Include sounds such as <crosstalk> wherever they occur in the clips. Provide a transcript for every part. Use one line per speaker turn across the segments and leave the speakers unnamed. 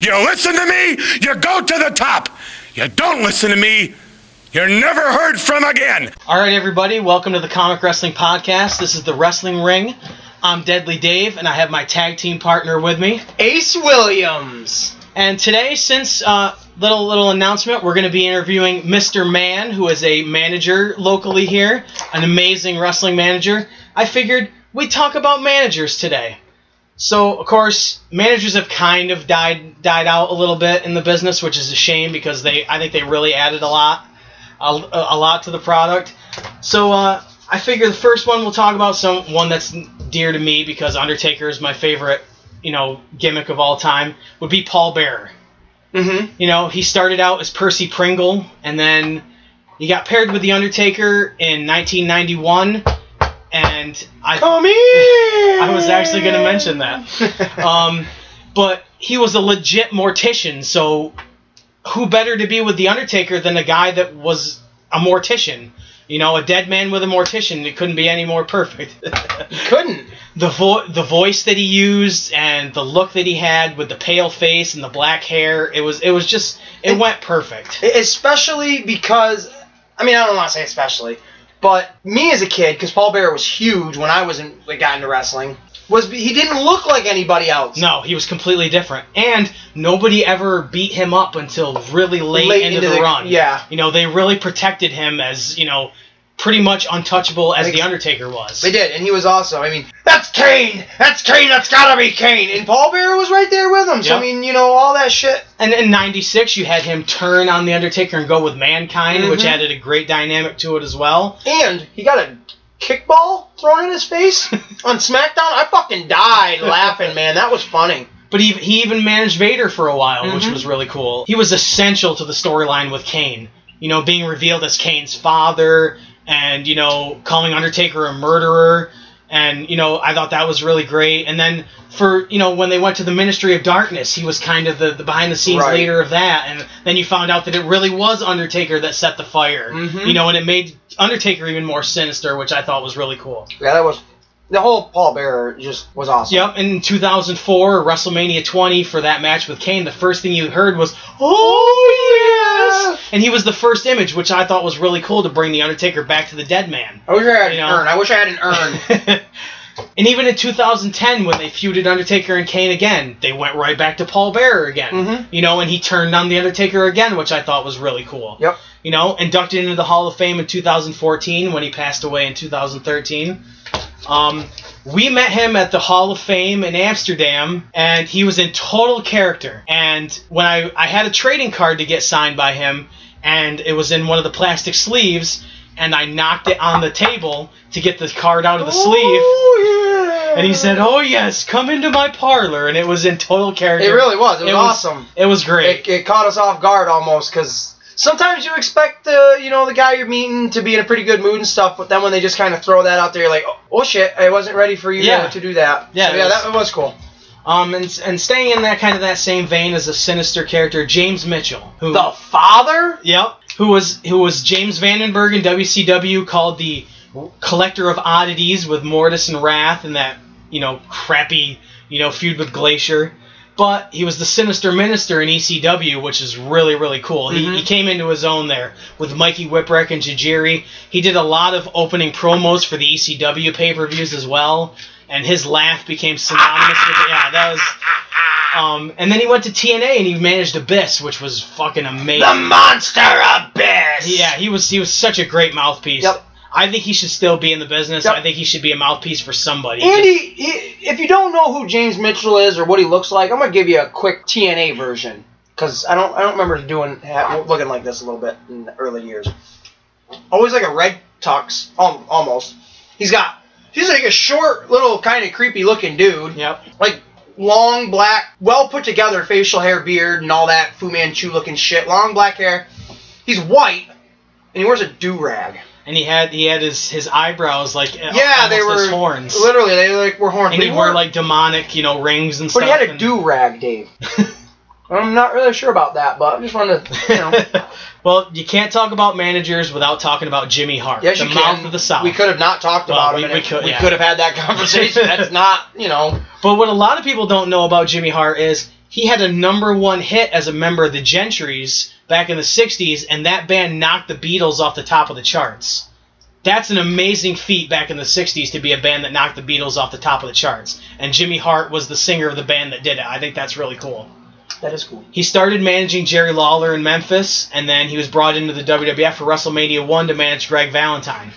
You listen to me, you go to the top. You don't listen to me, you're never heard from again.
All right, everybody, welcome to the Comic Wrestling Podcast. This is the Wrestling Ring. I'm Deadly Dave, and I have my tag team partner with me,
Ace Williams.
And today, since uh, little little announcement, we're going to be interviewing Mr. Man, who is a manager locally here, an amazing wrestling manager. I figured we'd talk about managers today. So, of course, managers have kind of died died out a little bit in the business, which is a shame because they I think they really added a lot a, a lot to the product. So, uh, I figure the first one we'll talk about some one that's dear to me because Undertaker is my favorite, you know, gimmick of all time would be Paul Bearer.
Mm-hmm.
You know, he started out as Percy Pringle, and then he got paired with The Undertaker in 1991. And I,
Come
<laughs>
here.
I was actually going to mention
<laughs>
that. um, but he was a legit mortician, so who better to be with The Undertaker than a guy that was a mortician? You know, a dead man with a mortician. It couldn't be any more perfect. <laughs>
Couldn't.
the vo- the voice that he used and the look that he had with the pale face and the black hair it was it was just it,
It-
went perfect
E, Especially because, I mean, I don't want to say especially, but me as a kid, because Paul Bear was huge when I was in, like, got into wrestling, was be- he didn't look like anybody else.
no he was completely different and nobody ever beat him up until really late,
Late
into,
into
the,
the-
run
yeah.
you know they really protected him as you know pretty much untouchable as
Like-
the undertaker was
They did, and he was awesome. I mean, that's Kane. That's Kane. That's gotta be Kane. And Paul Bear was right there with him. So
Yep.
I mean, you know, all that shit.
and in 96 you had him turn on the undertaker and go with mankind which
Mhm.
added a great dynamic to it as well
And he got a kickball thrown in
<laughs>
his face on SmackDown. I fucking died laughing, man. That was funny.
But he, he even managed Vader for a while, which
Mhm.
was really cool. He was essential to the storyline with Kane. You know, being revealed as Kane's father and, you know, calling Undertaker a murderer. And, you know, I thought that was really great. And then for, you know, when they went to the Ministry of Darkness, he was kind of the, the behind the scenes
Right.
leader of that. And then you found out that it really was Undertaker that set the fire.
Mhm.
You know, and it made Undertaker even more sinister, which I thought was really cool.
Yeah, that was the whole Paul Bearer just was awesome.
Yep, in 2004, WrestleMania 20, for that match with Kane, the first thing you heard was, Oh, yes! And he was the first image, which I thought was really cool to bring The Undertaker back to the dead man. <laughs>
I wish I had an
You know.
urn. I wish I had an
<laughs>
urn.
and even in 2010, when they feuded Undertaker and Kane again, they went right back to Paul Bearer again.
Mhm.
You know, and he turned on The Undertaker again, which I thought was really cool.
yep.
You know, inducted into the Hall of Fame in 2014 when he passed away in 2013. Um, we met him at the Hall of Fame in Amsterdam, and he was in total character. And when I, I had a trading card to get signed by him, and it was in one of the plastic sleeves, and I knocked it on the table to get the card out of the sleeve.
Oh, yeah.
And he said, "Oh yes, come into my parlor," and it was in total character.
It really was. It was, awesome.
It was great.
It, it caught us off guard almost because sometimes you expect the you know the guy you're meeting to be in a pretty good mood and stuff, but then when they just kind of throw that out there, you're like, oh, oh shit, I wasn't ready for you
Yeah.
to do that.
Yeah,
So,
it
yeah,
was-
that was cool.
Um, and, and staying in that kind of that same vein as a sinister character, James Mitchell, who
The father.
yep, who was who was James Vandenberg in WCW, called the collector of oddities with Mortis and Wrath, and that you know crappy you know feud with Glacier. But he was the sinister minister in ECW, which is really really cool.
Mm-hmm.
He, he came into his own there with Mikey Whipwreck and Tajiri. He did a lot of opening promos for the E ECW pay per views as well, and his laugh became synonymous with yeah that was. Um, and then he went to TNA and he managed Abyss, which was fucking amazing.
The monster abyss.
Yeah, he was he was such a great mouthpiece.
Yep.
I think he should still be in the business.
Yep.
I think he should be a mouthpiece for somebody.
Andy, he, if you don't know who James Mitchell is or what he looks like, I'm gonna give you a quick TNA version because I don't I don't remember doing ha- looking like this a little bit in the early years. Always like a red tux, al- almost. He's got he's like a short little kind of creepy looking dude.
Yep.
Like long black, well put together facial hair, beard, and all that Fu Manchu looking shit. Long black hair. He's white and he wears a do rag.
And he had he had his his eyebrows like
Yeah, they were
his horns.
Literally, they like were horns.
and
but
he wore like demonic, you know, rings and stuff.
But he had a
and-
do
<laughs>
rag, Dave. I'm not really sure about that, but I just wanted to, you
<laughs>
know.
well, you can't talk about managers without talking about Jimmy Hart,
Yes,
the
you
mouth
can.
of the South.
We could have not talked
Well,
about
we-
him. and
we
it-
could-
we
yeah. <laughs>
could have had that conversation. That's not, you know.
But what a lot of people don't know about Jimmy Hart is he had a number one hit as a member of the Gentrys back in the 60s, and that band knocked the Beatles off the top of the charts. That's an amazing feat back in the 60s to be a band that knocked the Beatles off the top of the charts. And Jimmy Hart was the singer of the band that did it. I think that's really cool.
That is cool.
He started managing Jerry Lawler in Memphis, and then he was brought into the WWF for WrestleMania 1 to manage Greg Valentine.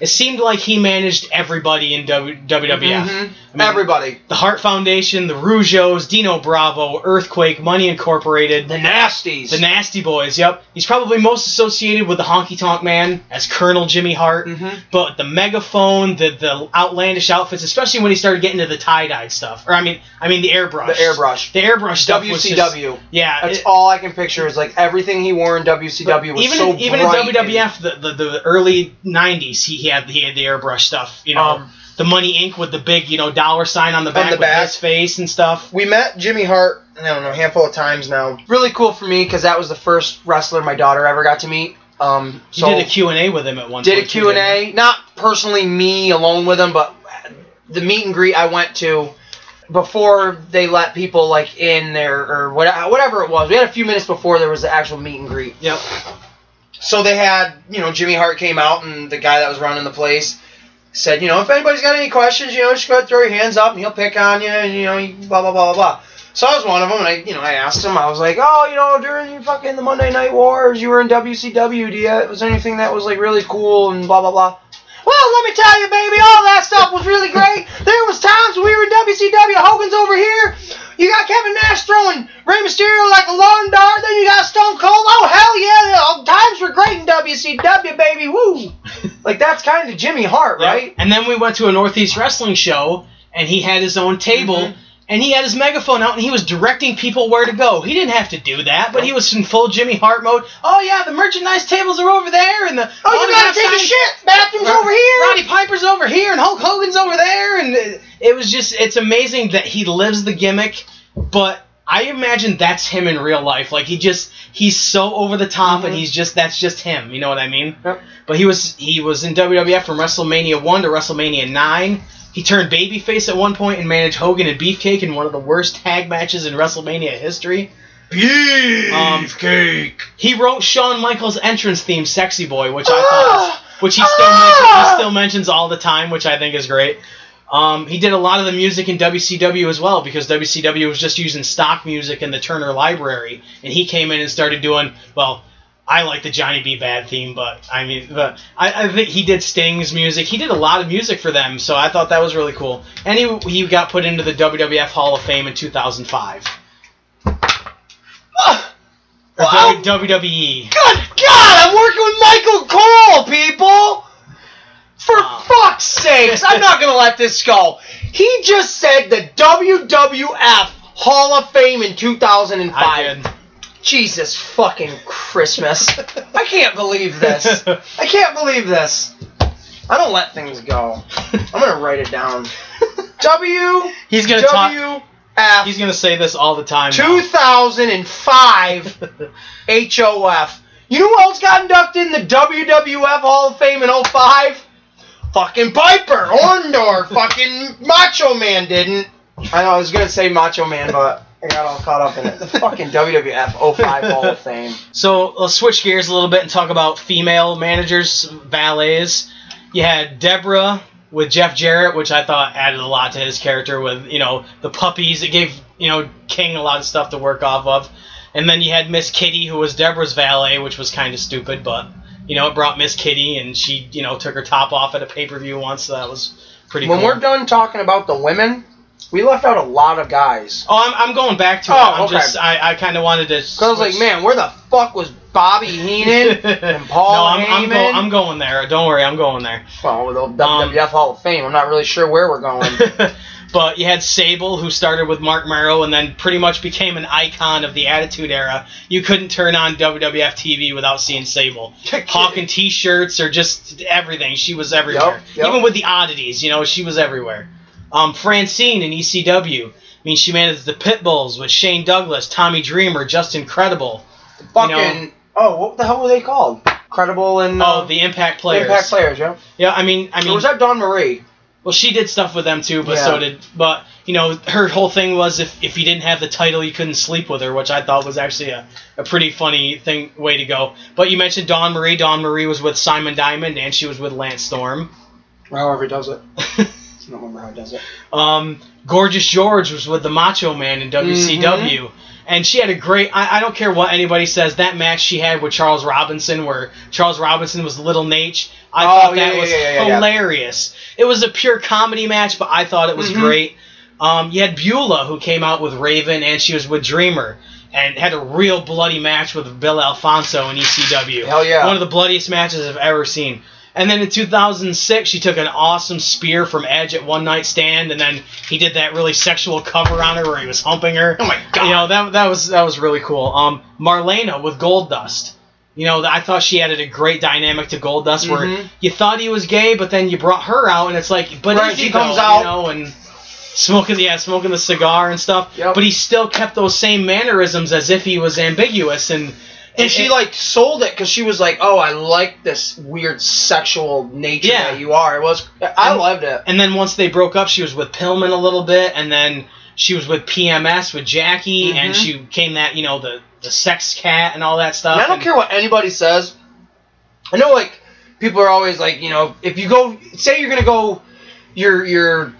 It seemed like he managed everybody in w- WWF. I mean,
Mm-hmm. Everybody.
the Hart Foundation, the Rougeos, Dino Bravo, Earthquake, Money Incorporated,
The Nasties.
the Nasty Boys. Yep, he's probably most associated with the Honky Tonk Man as Colonel Jimmy Hart.
Mhm.
But the megaphone, the the outlandish outfits, especially when he started getting to the tie dye stuff, or I mean, I mean the airbrush.
The airbrush.
The airbrush stuff was just-
WCW.
yeah,
That's
it-
all I can picture is like everything he wore in WCW was
even
so
in, even in
bright and-
WWF, the, the, the early '90s, he, he had he had the airbrush stuff. You know,
Um,
the Money Inc. with the big you know dollar sign on the back
the
with
back.
his face and stuff.
we met Jimmy Hart, I don't know, a handful of times now. Really cool for me because that was the first wrestler my daughter ever got to meet. Um,
You
so
did a Q and A with him at one.
did a
point, too,
Q and
didn't you?
A. Not personally me alone with him, but the meet and greet I went to before they let people like in there or what, whatever it was. We had a few minutes before there was the actual meet and greet.
Yep.
So they had, you know, Jimmy Hart came out and the guy that was running the place said, you know, if anybody's got any questions, you know, just go ahead and throw your hands up and he'll pick on you and, you know, blah, blah, blah, blah, blah. So I was one of them and I, you know, I asked him, I was like, oh, you know, during fucking the Monday Night Wars, you were in WCW, do you, was there anything that was like really cool and blah, blah, blah. Well, let me tell you, baby, all that stuff was really great. There was times we were in WCW. Hogan's over here. You got Kevin Nash throwing Rey Mysterio like a lawn dart. Then you got Stone Cold. Oh, hell yeah. all- Times were great in WCW, baby. Woo. Like, that's kind of Jimmy Hart, right?
And then we went to a Northeast wrestling show, and he had his own table,
Mhm.
and he had his megaphone out, and he was directing people where to go. He didn't have to do that, but he was in full Jimmy Hart mode. Oh yeah, the merchandise tables are over there, and the
Oh, you gotta take a
sign-
shit. Bathroom's
Ro-
over here.
Roddy Piper's over here, and Hulk Hogan's over there, and it, it was just it's amazing that he lives the gimmick, but. I imagine that's him in real life. Like he just he's so over the top and
Mhm.
he's just that's just him. You know what I mean?
Yep.
But he was he was in WWF from WrestleMania one to WrestleMania nine. He turned babyface at one point and managed Hogan and Beefcake in one of the worst tag matches in WrestleMania history. Um,
Beefcake.
He wrote Shawn Michaels' entrance theme, "Sexy Boy," which I
Ah!
thought, was, which he still
Ah!
mentions, he still mentions all the time, which I think is great. Um, he did a lot of the music in WCW as well because WCW was just using stock music in the Turner Library, and he came in and started doing well. I like the Johnny B. Bad theme, but I mean, the, I, I think he did Sting's music. He did a lot of music for them, so I thought that was really cool. And he, he got put into the WWF Hall of Fame in 2005. Or E.
Wow.
WWE.
Ah, Good God, I'm working with Michael Cole, people! For
Wow.
fuck's sakes, I'm not gonna let this go. He just said the WWF Hall of Fame in 2005.
I did. <laughs>
Jesus fucking Christmas. I can't believe this. I can't believe this. I don't let things go. I'm gonna write it down. WWF
he's gonna talk. He's gonna say this all the time. now.
2005 HOF. You know who else got inducted in the WWF Hall of Fame in 05? Fucking Piper, Orndorff, fucking Macho Man didn't. I know, I was going to say Macho Man, but I got all caught up in <laughs> it. The fucking WWF 05 Hall of Fame.
so let's switch gears a little bit and talk about female managers, valets. You had Deborah with Jeff Jarrett, which I thought added a lot to his character with you know the puppies. It gave you know King a lot of stuff to work off of. And then you had Miss Kitty, who was Deborah's valet, which was kind of stupid, but you know it brought Miss Kitty, and she you know took her top off at a pay per view once, so that was pretty.
When
cool.
we're done talking about the women, we left out a lot of guys.
Oh, I'm, I'm going back to
Oh,
it. I'm
okay.
just I, I kind of wanted to.
Because I was like,
switch-
man, where the fuck was Bobby <laughs> Heenan
<laughs>
and Paul
no, I'm, I'm,
Heyman?
go- I'm going there. Don't worry, I'm going there.
Well, with the WWF Hall of Fame, I'm not really sure where we're going.
<laughs> but you had Sable, who started with Mark Merrow and then pretty much became an icon of the Attitude Era. You couldn't turn on WWF TV without seeing Sable. <laughs> Hawking t shirts or just everything. She was everywhere.
Yep, yep.
Even with the oddities, you know, she was everywhere. Um, Francine in ECW. I mean, she managed the Pitbulls with Shane Douglas, Tommy Dreamer, Just Incredible.
Fucking.
know-
oh, what the hell were they called? Credible and.
Oh,
uh,
the Impact players.
Impact players, yeah.
Yeah, I mean, I
Or
mean,
was that Don Marie?
Well, she did stuff with them too, but
Yeah.
so did. But you know, her whole thing was if if you didn't have the title, you couldn't sleep with her, which I thought was actually a, a pretty funny thing way to go. But you mentioned Dawn Marie. Dawn Marie was with Simon Diamond, and she was with Lance Storm. <laughs>
Or however he does it. I don't remember how he does it.
Um, Gorgeous George was with the Macho Man in WCW.
Mm-hmm.
And she had a great. I, I don't care what anybody says. That match she had with Charles Robinson, where Charles Robinson was Little Nate, I
Oh,
thought
yeah,
that
yeah,
was
yeah, yeah, yeah.
hilarious. It was a pure comedy match, but I thought it
Mm-hmm.
was great. Um, you had Beulah, who came out with Raven, and she was with Dreamer, and had a real bloody match with Bill Alfonso in ECW.
Hell yeah.
One of the bloodiest matches I've ever seen. And then in 2006, she took an awesome spear from Edge at One Night Stand, and then he did that really sexual cover on her where he was humping her.
Oh my God.
You know that that was that was really cool. Um, Marlena with Gold Dust. You know, I thought she added a great dynamic to Gold Dust where
Mhm.
you thought he was gay, but then you brought her out, and it's like, but
Right,
is
she
he
comes
though,
out.
you know, and smoking yeah, smoking the cigar and stuff.
Yep.
But he still kept those same mannerisms as if he was ambiguous and.
And she like sold it because she was like, "Oh, I like this weird sexual nature
Yeah.
that you are." It was I
And-
loved it.
And then once they broke up, she was with Pillman a little bit, and then she was with PMS with Jackie, and
Mhm.
she became that you know the the sex cat and all that stuff.
And I don't
and-
care what anybody says. I know like people are always like, you know, if you go say you're gonna go you're you're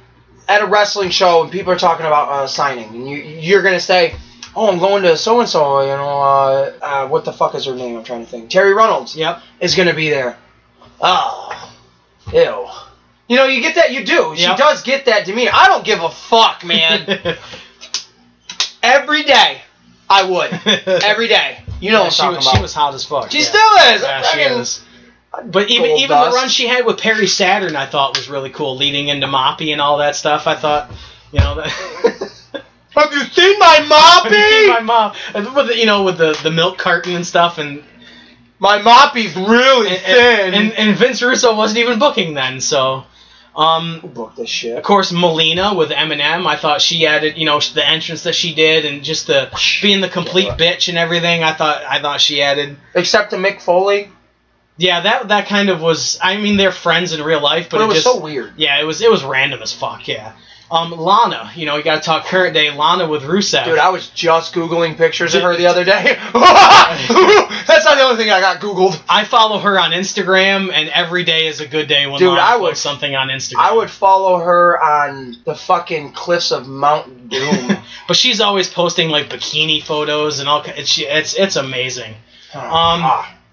at a wrestling show and people are talking about uh, signing and you you're gonna say, Oh, I'm going to so and so, you know, uh, uh, what the fuck is her name? I'm trying to think. Terry Reynolds <laughs>
Yep.
is gonna be there. Oh ew. You know, you get that you do. She
Yep.
does get that demeanor. I don't give a
<laughs>
fuck, man. Every day I would.
<laughs>
Every day. You know
Yeah,
what I'm
she,
talking
was,
about.
she was hot as fuck.
She
yeah.
still is.
Yeah,
I
she
mean,
is. But even
Gold
even
dust.
the run she had with Perry Saturn, I thought was really cool, leading into Moppy and all that stuff. I thought, you know, that.
<laughs>
<laughs>
Have you seen my moppy?
my mom, and with the, you know, with the, the milk carton and stuff, and
my, moppy's really
and,
thin.
and and Vince Russo wasn't even booking then, so. Um,
Who booked this
Of
shit?
course, Melina with Eminem. I thought she added, you know, the entrance that she did, and just the being the complete bitch and everything. I thought, I thought she added.
Except to Mick Foley.
Yeah, that that kind of was. I mean, they're friends in real life, but,
But it was
just,
so weird.
Yeah, it was it was random as fuck. Yeah. Um, Lana, you know, you gotta talk current day. Lana with Rusev.
Dude, I was just Googling pictures of
Dude.
her the other day. <laughs> That's not the only thing I got Googled.
I follow her on Instagram, and every day is a good day when
Dude,
Lana
I would-
posts something on Instagram.
I would follow her on the fucking cliffs of Mount Doom.
<laughs> but she's always posting like bikini photos and all. ki- It's she- it's it's amazing.
um,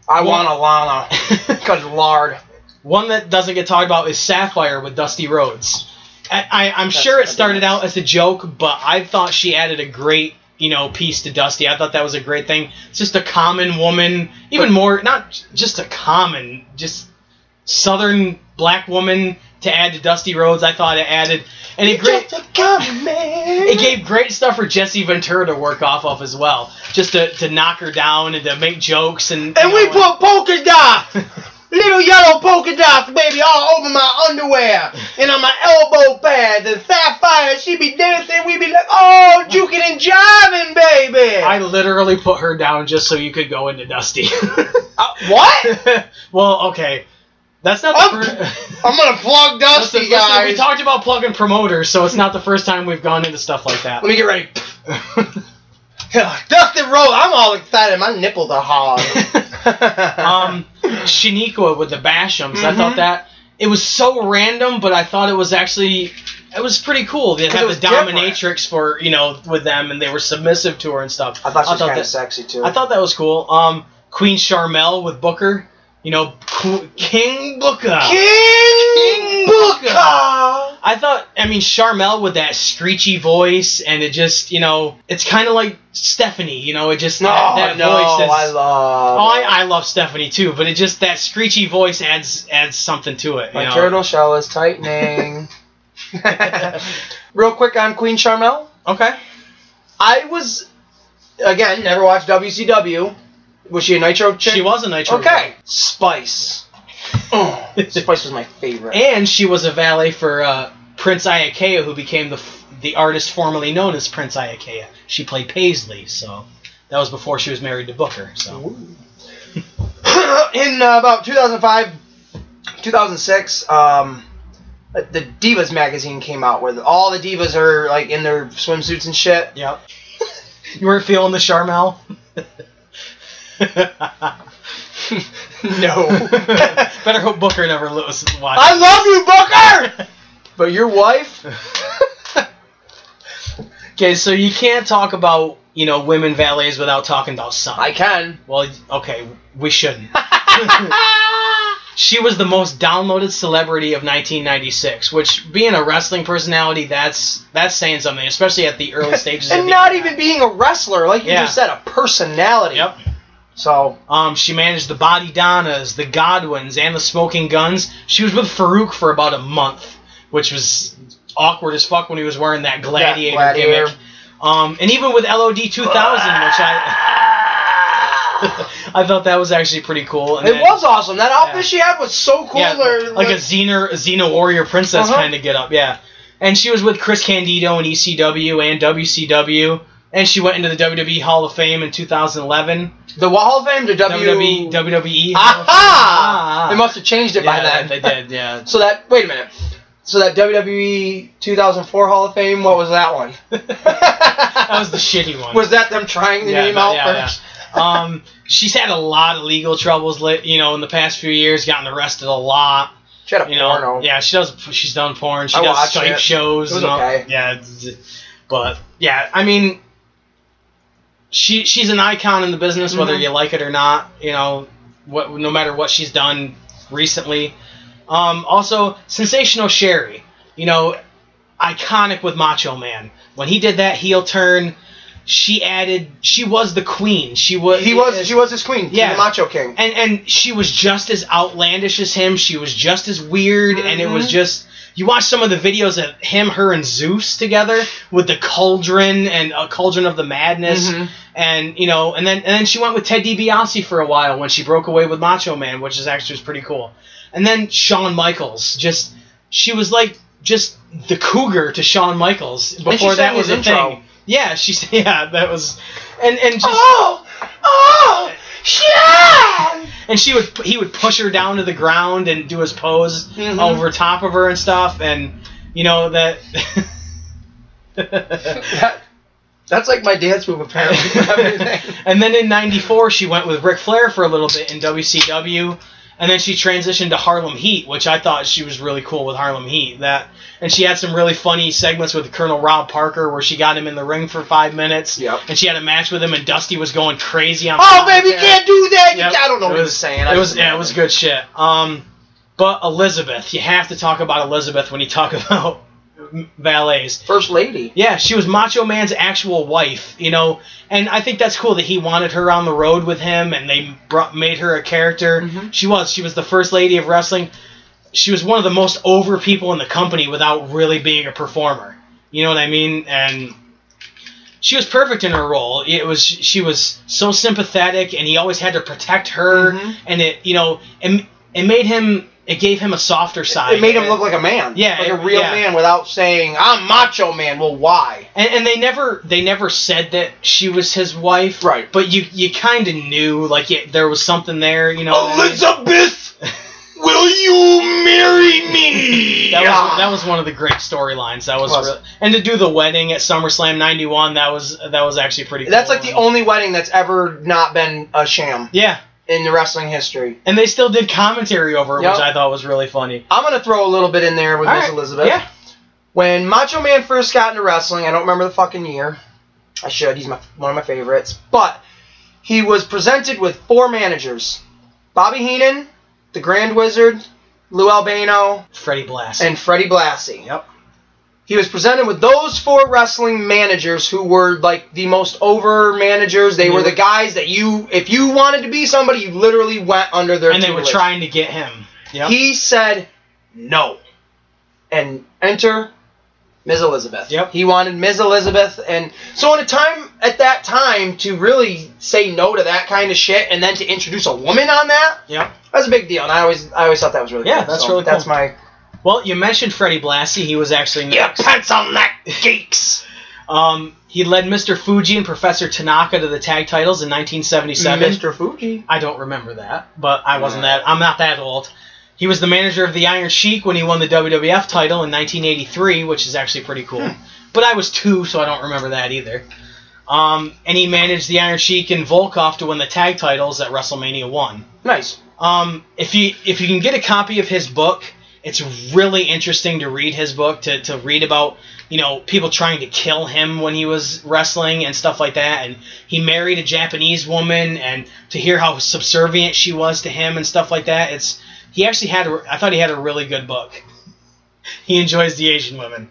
I want Alana.
<laughs>
Because lard.
One that doesn't get talked about is Sapphire with Dusty Rhodes. I, I, I'm sure it
that'd be
started
nice.
out as a joke, but I thought she added a great, you know, piece to Dusty. I thought that was a great thing. It's just a common woman, even more, not j- just a common, just southern black woman to add to Dusty Rhodes. I thought it added, and it great
Just a common man.
it gave great stuff for Jesse Ventura to work off of as well, just to, to knock her down and to make jokes and
And
you
we
know,
put
<laughs>
polka dots, little yellow polka dots, baby, all over my underwear and on my elbow pads. And Sapphire, she be dancing, we be like, oh, juking and jiving, baby.
I literally put her down just so you could go into Dusty. <laughs>
Uh, what?
well, okay. That's not the
Oh,
first. <laughs>
I'm gonna plug Dusty, guys.
we talked about plug and promoters, so it's not the first time we've gone into stuff like that.
Let me get ready. <sighs> Dusty Roll, I'm all excited. My nipples are hard.
<laughs> <laughs> um, Shaniqua with the Bashams. I
Mhm.
thought that it was so random, but I thought it was actually it was pretty cool. They
'Cause it
had the
was different.
dominatrix for you know with them, and they were submissive to her and stuff.
I thought she was kind
that-
of sexy too.
I thought that was cool. Um, Queen Charmel with Booker. You know, Qu- King Booker.
King
King
Booker.
I thought, I mean, Charmel with that screechy voice, and it just, you know, it's kind of like Stephanie, you know, it just,
No,
that, that
Oh, no,
voice is.
I love.
Oh, I, I love Stephanie too, but it just that screechy voice adds adds something to it. You
My
know?
turtle shell
<laughs>
is tightening. <laughs> Real quick on Queen Charmel.
Okay.
I was, again, never watched WCW. Was she a Nitro chick?
She was a Nitro.
Okay. Spice. Oh, Spice was my favorite. <clears throat>
And she was a valet for uh, Prince Iakea, who became the f- the artist formerly known as Prince Iakea. She played Paisley, so that was before she was married to Booker. So
in uh, about 2005, 2006, um, uh, the Divas magazine came out where all the divas are like in their swimsuits and shit.
Yep. <laughs> you weren't feeling the Charmel?
No.
<laughs> Better hope Booker never lo- watched.
I love you,
<laughs>
Booker. but your wife? <laughs>
Okay, so you can't talk about you know women valets without talking about Sun.
I can.
well, okay, we shouldn't.
<laughs>
Ah! she was the most downloaded celebrity of 1996, which being a wrestling personality, that's that's saying something, especially at the
<laughs>
early stages. of
and
the
not
internet.
even being a wrestler, like you
Yeah.
just said, a personality.
Yep.
So
Um, she managed the Body Donnas, the Godwins, and the Smoking Guns. She was with Farouk for about a month, which was awkward as fuck when he was wearing that gladiator,
gladiator.
gimmick. Um, and even with LOD 2000, which I
<laughs>
I thought that was actually pretty cool. And
it
then-
was awesome. That outfit she had was so cool.
yeah,
or-
like a Xena, Xena warrior princess
Uh-huh.
kind of get up, yeah. And she was with Chris Candido in ECW and WCW, and she went into the WWE Hall of Fame in 2011.
the Hall of Fame to
WWE,
W.
WWE.
Aha!
Ah.
<laughs> They must have changed it by
yeah,
then.
they did, yeah.
So that wait a minute. So that E WWE 2004 Hall of Fame, what was that one?
<laughs> That
<laughs>
was the shitty one.
was that them trying the
Yeah,
name
but-
out
yeah,
first?
yeah. Um, she's had a lot of legal troubles, li- you know, in the past few years. Gotten arrested a lot,
She had a
you know.
porno.
Yeah, she does. She's done porn. She
I
does
watched
strip
it.
shows.
It was
and all-
okay.
Yeah, it's- but yeah, I mean, she she's an icon in the business, whether
Mhm.
you like it or not. You know, what no matter what she's done recently. Um, also, sensational Sherry. You know, iconic with Macho Man. When he did that heel turn, she added. She was the queen. She was.
He was. She was his queen. She was
Yeah.
the Macho King.
And and she was just as outlandish as him. She was just as weird, and it was
Mhm.
just. You watch some of the videos of him, her, and Zeus together with the cauldron and a cauldron of the madness,
Mhm.
and you know, and then and then she went with Ted DiBiase for a while when she broke away with Macho Man, which is actually was pretty cool. And then Shawn Michaels, just she was like just the cougar to Shawn Michaels before that
sang
was a
his intro.
thing. Yeah, she <laughs> yeah that was, and and just
Oh,
<laughs>
oh, yeah.
and she would he would push her down to the ground and do his pose
Mhm.
over top of her and stuff and you know that <laughs>
That, that's like my dance move <laughs> apparently. for everything.
and then in 94 she went with Ric Flair for a little bit in WCW and then she transitioned to Harlem Heat which I thought she was really cool with Harlem Heat that and she had some really funny segments with Colonel Rob Parker where she got him in the ring for 5 minutes
Yep.
and she had a match with him and Dusty was going crazy on
oh, baby, you
commentary.
can't do that. You
Yep.
can't- I don't know
It
what he was saying. I
It was
just-
yeah, it was good shit. Um, but Elizabeth, you have to talk about Elizabeth when you talk <laughs> about valets.
First lady.
Yeah, she was Macho Man's actual wife, you know, and I think that's cool that he wanted her on the road with him, and they brought, made her a character.
Mhm.
She was she was the first lady of wrestling. She was one of the most over people in the company without really being a performer. You know what I mean? And she was perfect in her role. It was she was so sympathetic, and he always had to protect her,
Mhm.
and it you know it, it made him it gave him a softer side.
It made him look like a man.
Yeah,
like a
it-
real
yeah.
man without saying I'm Macho Man. Well, why?
And, and they never they never said that she was his wife,
Right.
But you you kind of knew like yeah, there was something there, you know.
Oh,
what I mean?
<laughs> Elizabeth, will you marry me?
That was that was one of the great storylines. That was,
Was.
real- and to do the wedding at SummerSlam '91, that was that was actually pretty.
That's
cool.
like the only wedding that's ever not been a sham
yeah,
in the wrestling history.
and they still did commentary over it,
Yep.
which I thought was really funny.
I'm gonna throw a little bit in there with
All
Miss
right,
Elizabeth.
Yeah,
When Macho Man first got into wrestling, I don't remember the fucking year. I should. He's my one of my favorites. But he was presented with four managers: Bobby Heenan, the Grand Wizard, Lou Albano,
Freddie Blast.
and Freddie Blassie.
yep,
He was presented with those four wrestling managers who were like the most over managers. They
And they
were the
were-
guys that you, if you wanted to be somebody, you literally went under their.
and they were
tutelage.
trying to get him. Yep.
He said no. And enter Ms. Elizabeth.
Yep.
He wanted Ms. Elizabeth and so in a time at that time to really say no to that kind of shit and then to introduce a woman on that,
yep.
that's a big deal. And I always I always thought that was really
Yeah,
cool.
that's
So
really
That's
cool.
my
Well, you mentioned Freddie Blassie. He was actually next.
Yeah, pants on that
<laughs>
geeks.
Um, he led Mr. Fuji and Professor Tanaka to the tag titles in 1977.
Mr. Fuji.
I don't remember that, but I wasn't that. I'm not that old. He was the manager of the Iron Sheik when he won the WWF title in 1983, which is actually pretty cool. But I was two, so I don't remember that either. Um, and he managed the Iron Sheik and Volkov to win the tag titles at WrestleMania 1.
Nice.
Um, if you if you can get a copy of his book, it's really interesting to read his book to, to read about you know people trying to kill him when he was wrestling and stuff like that. And he married a Japanese woman, and to hear how subservient she was to him and stuff like that. It's he actually had a, I thought he had a really good book. <laughs> He enjoys the Asian women.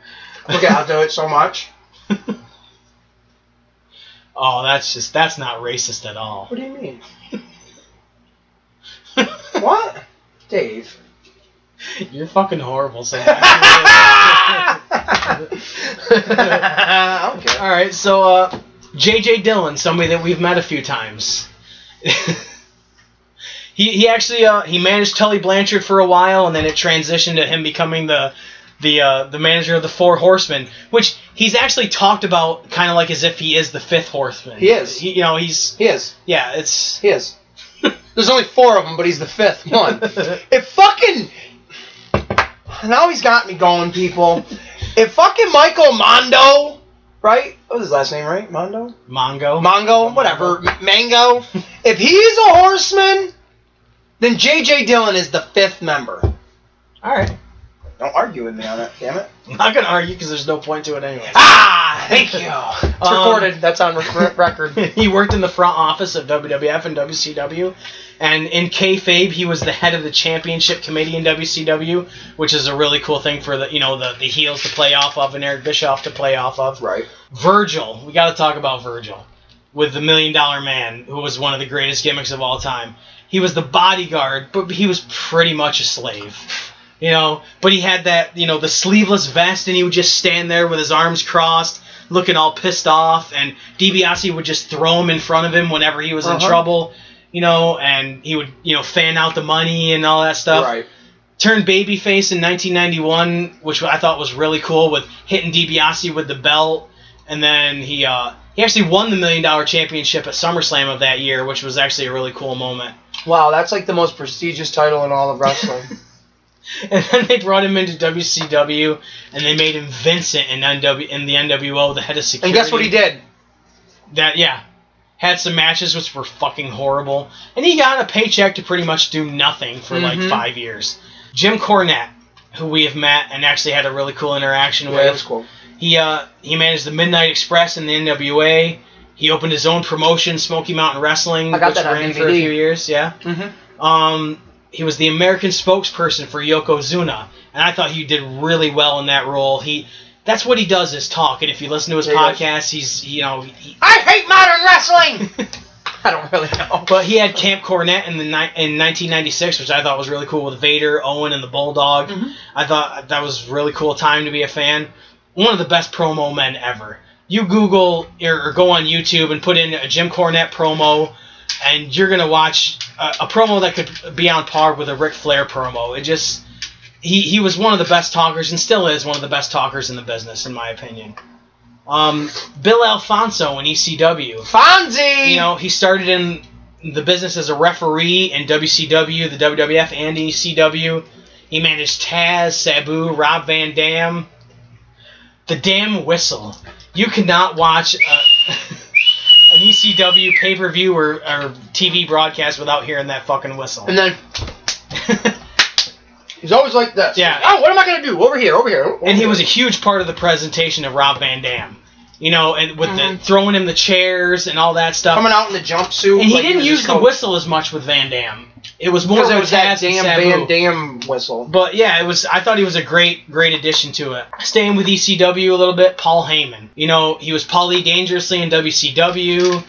Look at I'll do it so much.
Oh, that's just that's not racist at all. <laughs>
What do you mean? what? Dave.
You're fucking horrible. Sometimes.
<laughs> I don't care.
All right, so uh, J.J. Dillon, somebody that we've met a few times. <laughs> he he actually uh, he managed Tully Blanchard for a while, and then it transitioned to him becoming the the uh, the manager of the Four Horsemen, which he's actually talked about kind of like as if he is the fifth horseman.
He is.
He, you know, he's
He is.
yeah, it's
He is. There's only four of them, but he's the fifth <laughs> one. It fucking. Now he's got me going, people. If fucking Michael Mondo, right? What was his last name, right? Mondo?
Mongo.
Mongo, whatever. M- Mango. If he's a horseman, then J.J. Dillon is the fifth member.
All right,
Don't argue with me on that, damn it.
I'm not gonna argue because there's no point to it anyway.
Ah, thank <laughs> you. It's
Um,
recorded. That's on rec- record.
<laughs> he worked in the front office of WWF and WCW, and in kayfabe, he was the head of the championship committee in WCW, which is a really cool thing for the you know the, the heels to play off of and Eric Bischoff to play off of.
<laughs> right.
Virgil, we got to talk about Virgil with the Million Dollar Man, who was one of the greatest gimmicks of all time. He was the bodyguard, but he was pretty much a slave. You know, but he had that, you know, the sleeveless vest, and he would just stand there with his arms crossed, looking all pissed off, and DiBiase would just throw him in front of him whenever he was in
Uh-huh.
trouble, you know, and he would, you know, fan out the money and all that stuff
Right.
turned babyface in 1991, which I thought was really cool with hitting DiBiase with the belt, and then he uh, he actually won the million dollar championship at SummerSlam of that year, which was actually a really cool moment. <laughs>
Wow, that's like the most prestigious title in all of <laughs> wrestling.
And then they brought him into WCW, and they made him Vincent in, NW, in the NWO, the head of security.
and guess what he did?
That yeah, had some matches which were fucking horrible, and he got a paycheck to pretty much do nothing for like
Mhm.
five years. Jim Cornette, who we have met and actually had a really cool interaction with,
cool.
He uh, he managed the Midnight Express in the NWA. He opened his own promotion, Smoky Mountain Wrestling,
I got
which
that on
ran for a
DVD.
few years. Yeah.
Mm-hmm.
Um, he was the American spokesperson for Yokozuna, and I thought he did really well in that role. He that's what he does is talk, and if you listen to his
Yeah, he does.
podcast, he's you know. He,
I hate modern wrestling. <laughs> I don't really know.
but he had Camp Cornette in the ni- in 1996, which I thought was really cool with Vader, Owen, and the Bulldog. I thought that was really cool time to be a fan. One of the best promo men ever. You Google or, or go on YouTube and put in a Jim Cornette promo, and you're gonna watch a, a promo that could be on par with a Ric Flair promo. It just he, he was one of the best talkers and still is one of the best talkers in the business, in my opinion. Um, Bill Alfonso in E ECW
Fonzie.
you know, he started in the business as a referee in WCW, the WWF, and ECW. He managed Taz, Sabu, Rob Van Dam. The damn whistle. You cannot watch a, <laughs> an E ECW pay per view or, or TV broadcast without hearing that fucking whistle.
and then he's always like this.
Yeah.
Oh, what am I gonna do? Over here. Over here.
<laughs>
over
and he
here."
was a huge part of the presentation of Rob Van Dam. You know, and with the throwing him the chairs and all that stuff.
Mm-hmm. coming out in the jumpsuit.
And he
like
didn't
was
use
his
the
coach.
whistle as much with Van Dam. It was more
Because
with
it was that
Taz and
damn
Sabu.
Van Dam whistle.
But yeah, it was. I thought he was a great, great addition to it. Staying with ECW a little bit, Paul Heyman. You know, he was Paulie Dangerously in WCW,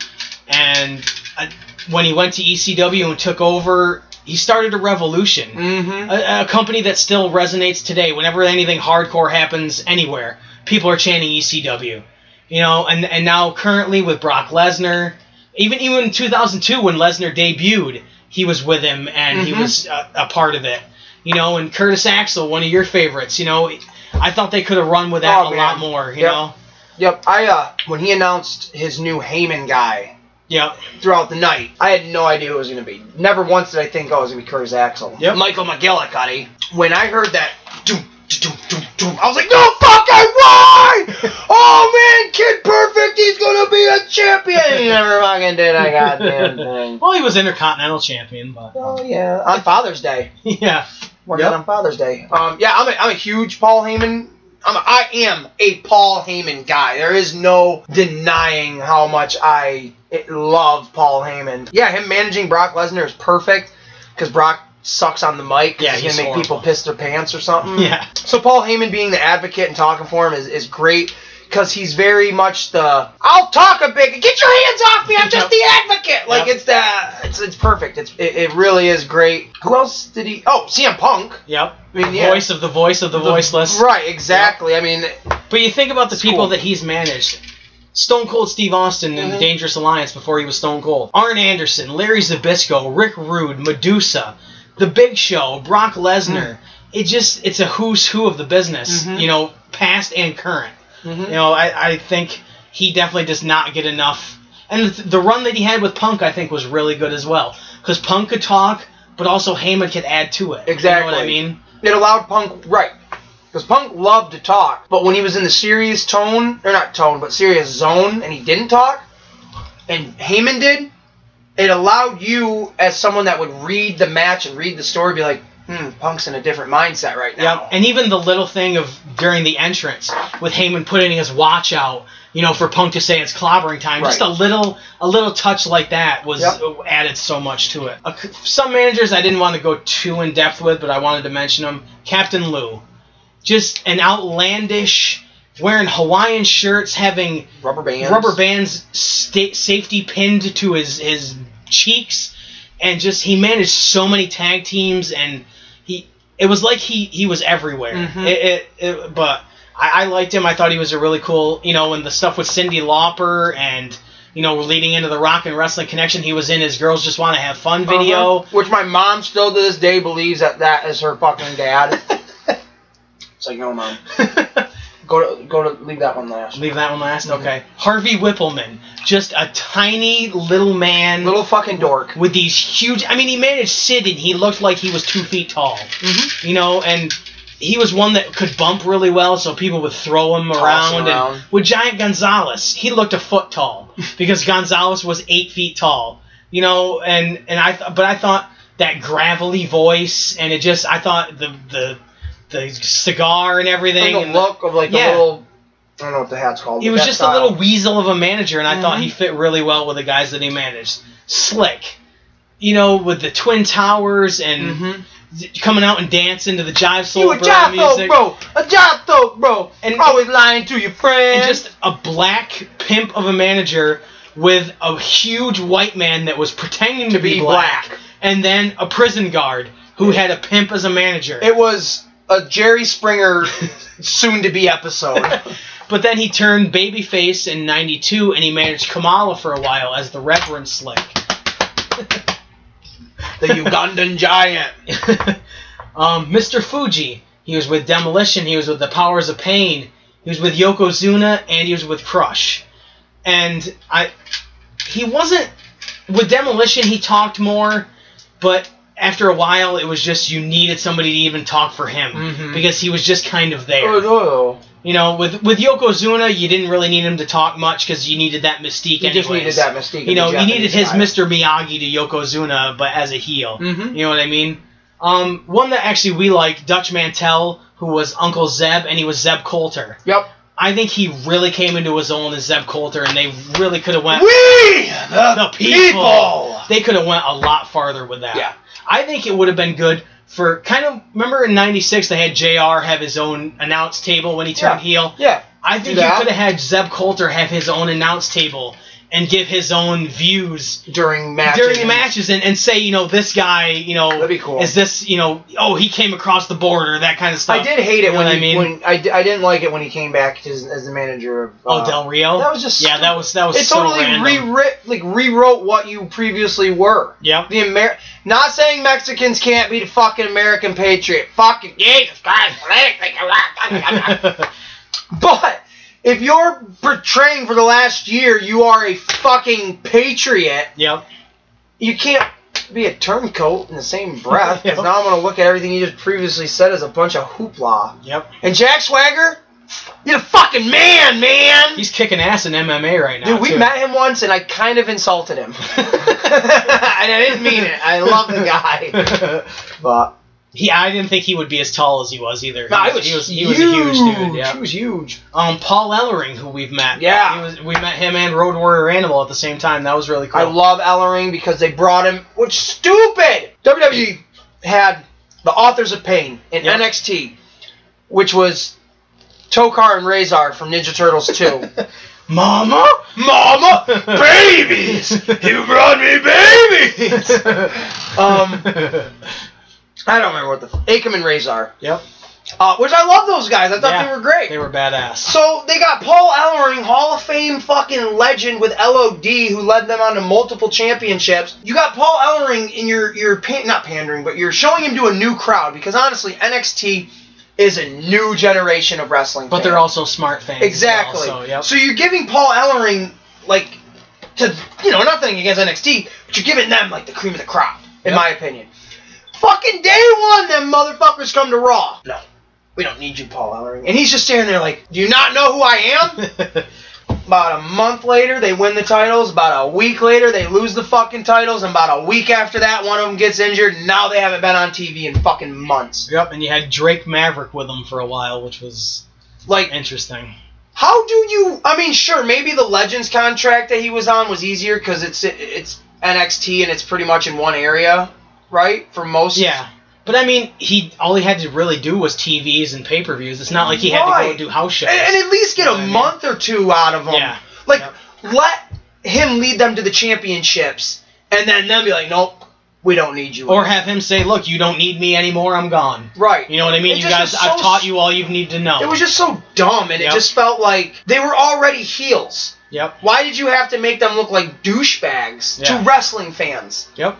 and uh, when he went to ECW and took over, he started a revolution.
Mm-hmm.
A, a company that still resonates today. Whenever anything hardcore happens anywhere, people are chanting ECW. You know, and and now currently with Brock Lesnar, even even in 2002 when Lesnar debuted, he was with him and he
Mhm.
was a, a part of it. You know, and Curtis Axel, one of your favorites. You know, I thought they could have run with that
Oh,
a
man.
lot more. You
Yep.
know,
Yep. I uh, when he announced his new Heyman guy,
Yeah.
throughout the night. I had no idea who it was going to be. Never once did I think, oh, it was going to be Curtis Axel.
Yep.
Michael McGillicuddy. When I heard that, doom, doom, doom, doom, I was like, no fucking way! oh, man, Kid Perfect, he's going to be a champion! He never fucking did a goddamn thing.
Well, he was Intercontinental Champion, but
Oh, yeah, on Father's Day.
<laughs> yeah.
Working
Yep.
on Father's Day. Um, yeah, I'm a, I'm a huge Paul Heyman. I'm a, I am a Paul Heyman guy. There is no denying how much I love Paul Heyman. Yeah, him managing Brock Lesnar is perfect because Brock sucks on the mic. 'cause
Yeah,
he's
he's
gonna make
horrible.
people piss their pants or something.
Yeah.
So Paul Heyman being the advocate and talking for him is, is great because he's very much the I'll talk a big get your hands
<laughs>
off me I'm just the advocate like
Yep.
it's the it's, it's perfect it's it, it really is great who else did he oh CM Punk
Yep.
mean, yeah.
Voice of the voice of the, voiceless.
right exactly I mean
But you think about the people
cool.
that he's managed. Stone Cold Steve Austin in the
Mhm.
Dangerous Alliance before he was Stone Cold. Arn Anderson, Larry Zabisco, Rick Rude, Medusa, The Big Show, Brock Lesnar.
Mm-hmm.
It just it's a who's who of the business, you know, past and current.
Mm-hmm.
You know, I, I think he definitely does not get enough. And th- the run that he had with Punk, I think, was really good as well. Because Punk could talk, but also Heyman could add to it. You know
Exactly.
what I mean?
it allowed Punk right because Punk loved to talk but when he was in the serious tone or not tone but serious zone and he didn't talk and Heyman did it allowed you as someone that would read the match and read the story be like hmm Punk's in a different mindset right now
Yep. And even the little thing of during the entrance with Heyman putting his watch out, you know, for Punk to say it's clobbering time. Just a
Right.
little, a little touch like that was
Yep.
added so much to it. A c some managers I didn't want to go too in depth with, but I wanted to mention them. Captain Lou, just an outlandish, wearing Hawaiian shirts, having
rubber bands
rubber bands sta- safety pinned to his his cheeks and just he managed so many tag teams and he it was like he he was everywhere it, it, it but I, I liked him i thought he was a really cool you know and the stuff with cindy lauper and you know leading into the rock and wrestling connection he was in his girls just want to have fun video
Uh-huh. Which my mom still to this day believes that that is her fucking dad. <laughs> it's like, no, mom. <laughs> go to go to leave that one last.
leave that one last okay harvey whippleman just a tiny little man
Little fucking dork.
with these huge. I mean, he managed Sid, and he looked like he was two feet tall. Mm-hmm. You know, and he was one that could bump really well, so people would throw him around. and
around.
with Giant Gonzalez, he looked a foot tall because Gonzalez was eight feet tall. You know, and and I th- but I thought that gravelly voice, and it just I thought the the the cigar and everything.
And the
and the-
look of like
Yeah.
the little. I don't know what the hat's called.
he
but
was
that
just
style. Mm-hmm.
a little weasel of a manager, and I thought he fit really well with the guys that he managed. Slick, you know, with the Twin Towers and z- coming out and dancing to the Jive Soul
Mm-hmm. You a
Brother
jotho,
music.
bro. A jotho, bro.
And-
And always lying to your
And
friends.
just a black pimp of a manager with a huge white man that was pretending to, be,
be
black,
black.
and then a prison guard who had a pimp as a manager.
it was a Jerry <laughs> Springer soon to be <laughs> episode.
But then he turned babyface in 92 and he managed Kamala for a while as the Reverend Slick.
the Ugandan giant.
<laughs> um, Mr. Fuji. He was with Demolition. He was with the Powers of Pain. He was with Yokozuna, and he was with Crush. And I, he wasn't with Demolition. He talked more, but after a while, it was just you needed somebody to even talk for him because he was just kind of there.
Mm-hmm. Oh,
You know, with with Yokozuna, you didn't really need him to talk much because you needed that mystique.
You just
anyways.
needed that mystique
You
of
know,
the
you needed his
Japanese
Mr. Miyagi to Yokozuna, but as a heel.
Mm-hmm.
You know what I mean? Um, one that actually we like, Dutch Mantel, who was Uncle Zeb, and he was Zeb Coulter.
Yep.
I think he really came into his own as Zeb Coulter, and they really could have went
We the,
the people. They could have went a lot farther with that.
Yeah.
I think it would have been good for kind of remember in '96 they had Jr. have his own announce table when he turned heel.
Yeah.
I
Do
think you
that.
could have had Zeb Coulter have his own announce table and give his own views
During matches.
during the matches and, and say, you know, this guy, you know,
That'd be cool.
is this, you know, oh, he came across the border, that kind of stuff.
I did hate
You
it
know
when,
what
he,
I mean?
when I, di- I didn't like it when he came back as, as the manager of.
oh,
uh,
Del Rio.
That was just
yeah, that was that was
It
so
totally
random.
rewrit like rewrote what you previously were.
Yep.
The Amer- not saying Mexicans can't be the fucking
<laughs>
American patriot. Fucking Jesus Christ, but If you're portraying for the last year you are a fucking patriot,
Yep.
you can't be a turncoat in the same breath. Because
<laughs> Yeah.
now I'm going to look at everything you just previously said as a bunch of hoopla.
Yep.
And Jack Swagger, you're the fucking man, man.
He's kicking ass in MMA right now.
Dude, we
too.
met him once and I kind of
<laughs>
insulted him. and I didn't mean it. I love
<laughs>
the guy. But
he, I didn't think he would be as tall as he was either.
no,
he, was, he was he was a huge dude.
He
Yeah.
was huge.
Um, Paul Ellering, who we've met.
Yeah.
He was, we met him and Road Warrior Animal at the same time. That was really cool.
I love Ellering because they brought him, which stupid. WWE had the Authors of Pain in
Yeah.
NXT, which was Tokar and Razor from Ninja Turtles
<laughs>
2.
Mama.
<laughs> Mama,
Babies! You brought me babies!
<laughs> um, <laughs> I don't remember what the f- Akam and Razor,
yep.
uh, which I love those guys. I thought
Yeah.
they were great.
They were badass.
So they got Paul Ellering, Hall of Fame fucking legend with LOD, who led them on to multiple championships. You got Paul Ellering, and you're you're pan- not pandering, but you're showing him to a new crowd because honestly, NXT is a new generation of wrestling.
But they're
fans.
also smart fans. as well,
exactly.
so, yep.
so you're giving Paul Ellering like to you know nothing against NXT, but you're giving them like the cream of the crop, in
Yep.
my opinion. Fucking day one, them motherfuckers come to Raw. No, we don't need you, Paul Ellering. And he's just standing there like, do you not know who I am? <laughs> About a month later, they win the titles. About a week later, they lose the fucking titles. And about a week after that, one of them gets injured. Now they haven't been on TV in fucking months.
yep. And you had Drake Maverick with him for a while, which was
Like,
interesting.
how do you? I mean, sure, maybe the Legends contract that he was on was easier because it's it's NXT and it's pretty much in one area, right? For most.
Yeah. But I mean, he all he had to really do was TVs and pay per views. It's not like he had to go
Right.
and do house shows.
And, and at least get
You know
a
what I mean?
month or two out of him.
Yeah.
Like,
Yep.
let him lead them to the championships, and then them be like, nope, we don't need you.
or have him say, "Look, you don't need me anymore. I'm gone."
right.
You know what I mean?
It
you
just
guys,
was
I've
so
taught you all you need to know.
It was just so dumb, and
Yep.
it just felt like they were already heels.
yep,
Why did you have to make them look like douchebags
Yeah.
to wrestling fans?
yep,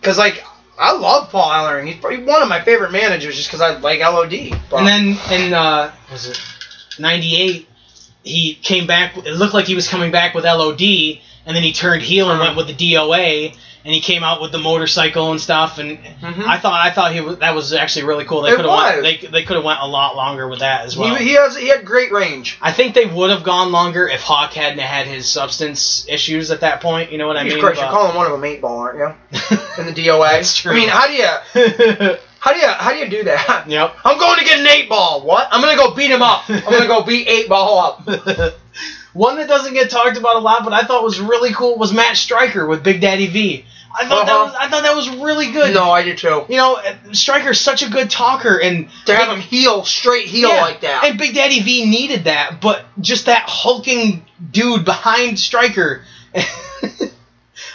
Because, like, I love Paul Ellering. He's probably one of my favorite managers just because I like LOD. But
and then in uh, was it '98? He came back. It looked like he was coming back with LOD, and then he turned heel and went with the DOA, and he came out with the motorcycle and stuff. And
Mhm.
I thought I thought he was, that was actually really cool. They
It
could have went,
was.
they they could have went a lot longer with that as well.
he, he, has, he had great range.
I think they would have gone longer if Hawk hadn't had his substance issues at that point. You know what I mean?
of course, you're
But-
calling one of them eight ball,
<laughs>
aren't you? In the DOA.
That's true.
I mean, how do you
<laughs>
how do you how do you do that?
yep.
I'm going to get an eight ball. What? I'm gonna go beat him up. I'm gonna
<laughs>
go beat eight ball up.
One that doesn't get talked about a lot, but I thought was really cool was Matt Stryker with Big Daddy V. I thought that
Uh-huh.
was I thought that was really good.
No, I did too.
You know, Stryker's such a good talker, and
To have him heel, straight heel
Yeah,
like that.
And Big Daddy V needed that, but just that hulking dude behind Stryker. <laughs> I,
I,
thought-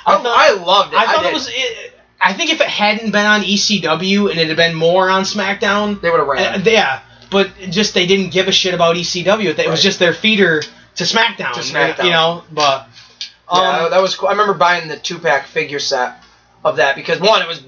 Oh, I loved it.
I thought
did.
it was. It, I think if it hadn't been on ECW and it had been more on SmackDown,
They would have ran.
uh, yeah. But just they didn't give a shit about E ECW. It was
Right.
just their feeder to SmackDown.
To SmackDown.
You know, but um,
yeah, that was cool. I remember buying the two pack figure set of that because one, it was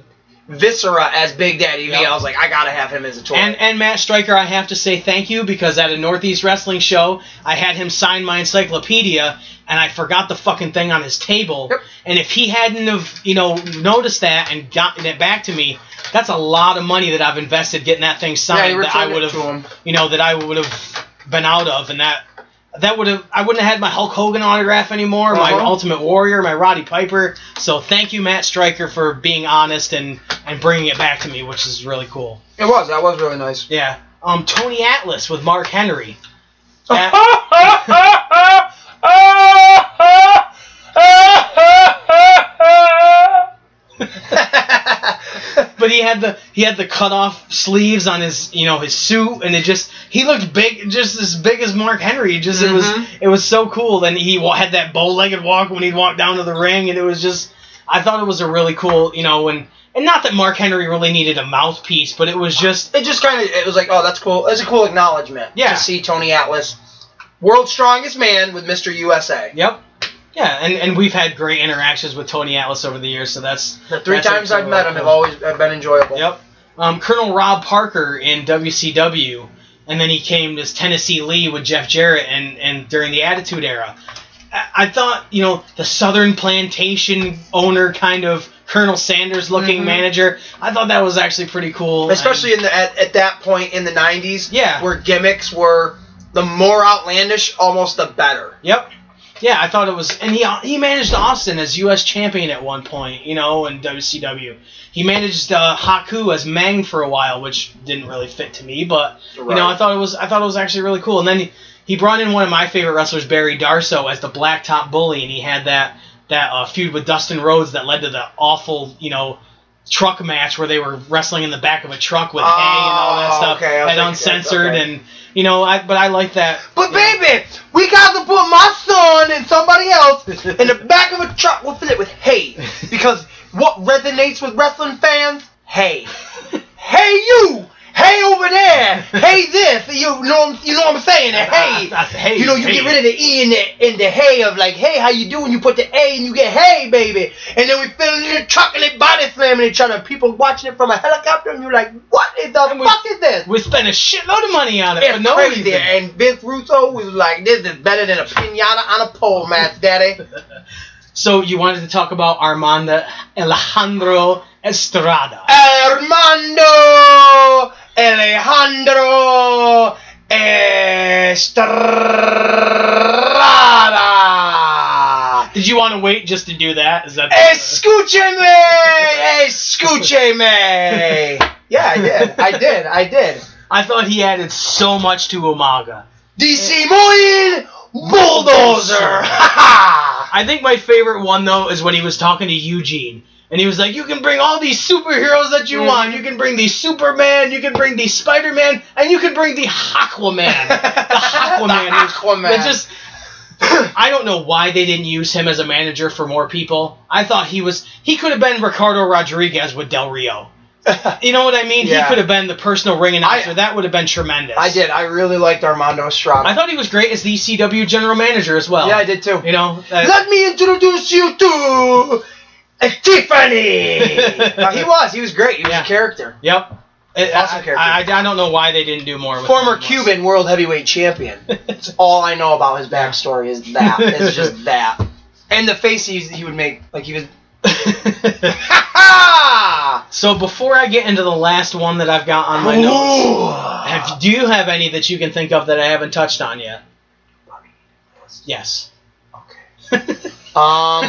Viscera as Big Daddy V. I
Yep.
was like, I gotta have him as a toy.
and and Matt Stryker, I have to say thank you because at a Northeast Wrestling show, I had him sign my encyclopedia, and I forgot the fucking thing on his table.
Yep.
And if he hadn't have you know noticed that and gotten it back to me, that's a lot of money that I've invested getting that thing
yeah,
signed
you
that I
returned
would
it to
have
him.
you know that I would have been out of, and that that would have I wouldn't have had my Hulk Hogan autograph anymore, my
Uh-huh.
Ultimate Warrior, my Roddy Piper. So thank you, Matt Stryker, for being honest and and bringing it back to me, which is really cool.
It was. That was really nice.
Yeah, um, Tony Atlas with Mark Henry. That- <laughs> But he had the he had the cut off sleeves on his you know his suit and it just he looked big just as big as Mark Henry just it
Mhm.
was it was so cool and he wa- had that bow legged walk when he'd walk down to the ring and it was just I thought it was a really cool you know and and not that Mark Henry really needed a mouthpiece but it was just
it just kind of it was like, oh, that's cool. It's a cool acknowledgement.
Yeah.
To see Tony Atlas, world's strongest man with Mr. USA.
yep yeah and and we've had great interactions with Tony Atlas over the years so that's
The three
that's
times
actually
I've met him
really
have
cool.
always have been enjoyable.
Yep. Um, Colonel Rob Parker in WCW and then he came as Tennessee Lee with Jeff Jarrett, and and during the Attitude Era, I, I thought you know the Southern plantation owner kind of Colonel Sanders looking manager. I thought that was actually pretty cool, and-
Mm-hmm. especially in the at, at that point in the 90s
Yeah.
where gimmicks were the more outlandish almost the better
Yep. Yeah, I thought it was, and he he managed Austin as U.S. champion at one point, you know, in WCW. He managed uh, Haku as Mang for a while, which didn't really fit to me, but you
Right.
know, I thought it was I thought it was actually really cool. And then he, he brought in one of my favorite wrestlers, Barry Darso, as the Blacktop Bully, and he had that that uh, feud with Dustin Rhodes that led to the awful, you know, truck match where they were wrestling in the back of a truck with hay and all that
Oh,
stuff,
okay, I
and
was thinking-
uncensored,
okay.
and you know, I but I like that.
but
you know.
baby we got to put my son and somebody else in the back of a truck we'll fill it with hay because what resonates with wrestling fans hay hey you hey over there hey this you know what I'm- you know what i'm saying the hay
Ah, hey,
you know, you
hey.
get rid of the E and the and the hey of like, hey, how you doing? You put the A and you get hey, baby. And then we fill it in the truck and they body slamming each other. People watching it from a helicopter and you're like, what is the
And we-
fuck is this?
We spent a shitload of money on it
It's
for no
crazy.
reason.
And Vince Russo was like, this is better than a pinata on a pole match,
<laughs>
daddy.
So you wanted to talk about Armando Alejandro Estrada.
Armando Alejandro Estrada.
Did you want to wait just to do that? Is that
Escúcheme! Escúcheme! yeah, I did. I did. I did.
I thought he added so much to Umaga.
DC Moil Bulldozer! Ha ha!
I think my favorite one though is when he was talking to Eugene. And he was like, You can bring all these superheroes that you
Mm-hmm.
want. You can bring the Superman, you can bring the Spider Man, and you can bring the Aquaman. <laughs>
<laughs>
The Aquaman.
The Aquaman.
It just I don't know why they didn't use him as a manager for more people. I thought he was he could have been Ricardo Rodriguez with Del Rio.
<laughs>
You know what I mean?
Yeah.
He could have been the personal ring announcer.
I-
that would have been tremendous.
I did. I really liked Armando Estrada.
I thought he was great as the ECW general manager as well.
yeah, I did too.
You know, uh,
Let me introduce you to Tiffany!
<laughs>
No, he was. He was great. He was
Yeah.
a character.
Yep. It-
Awesome
I,
character.
I, I don't know why they didn't do more. With
Former
him.
Cuban world heavyweight champion. That's all I know about his backstory is that. It's just that. And the face he, he would make. Like, he was. Ha ha!
<laughs> so before I get into the last one that I've got on my notes, have, do you have any that you can think of that I haven't touched on yet? Yes. <laughs>
um,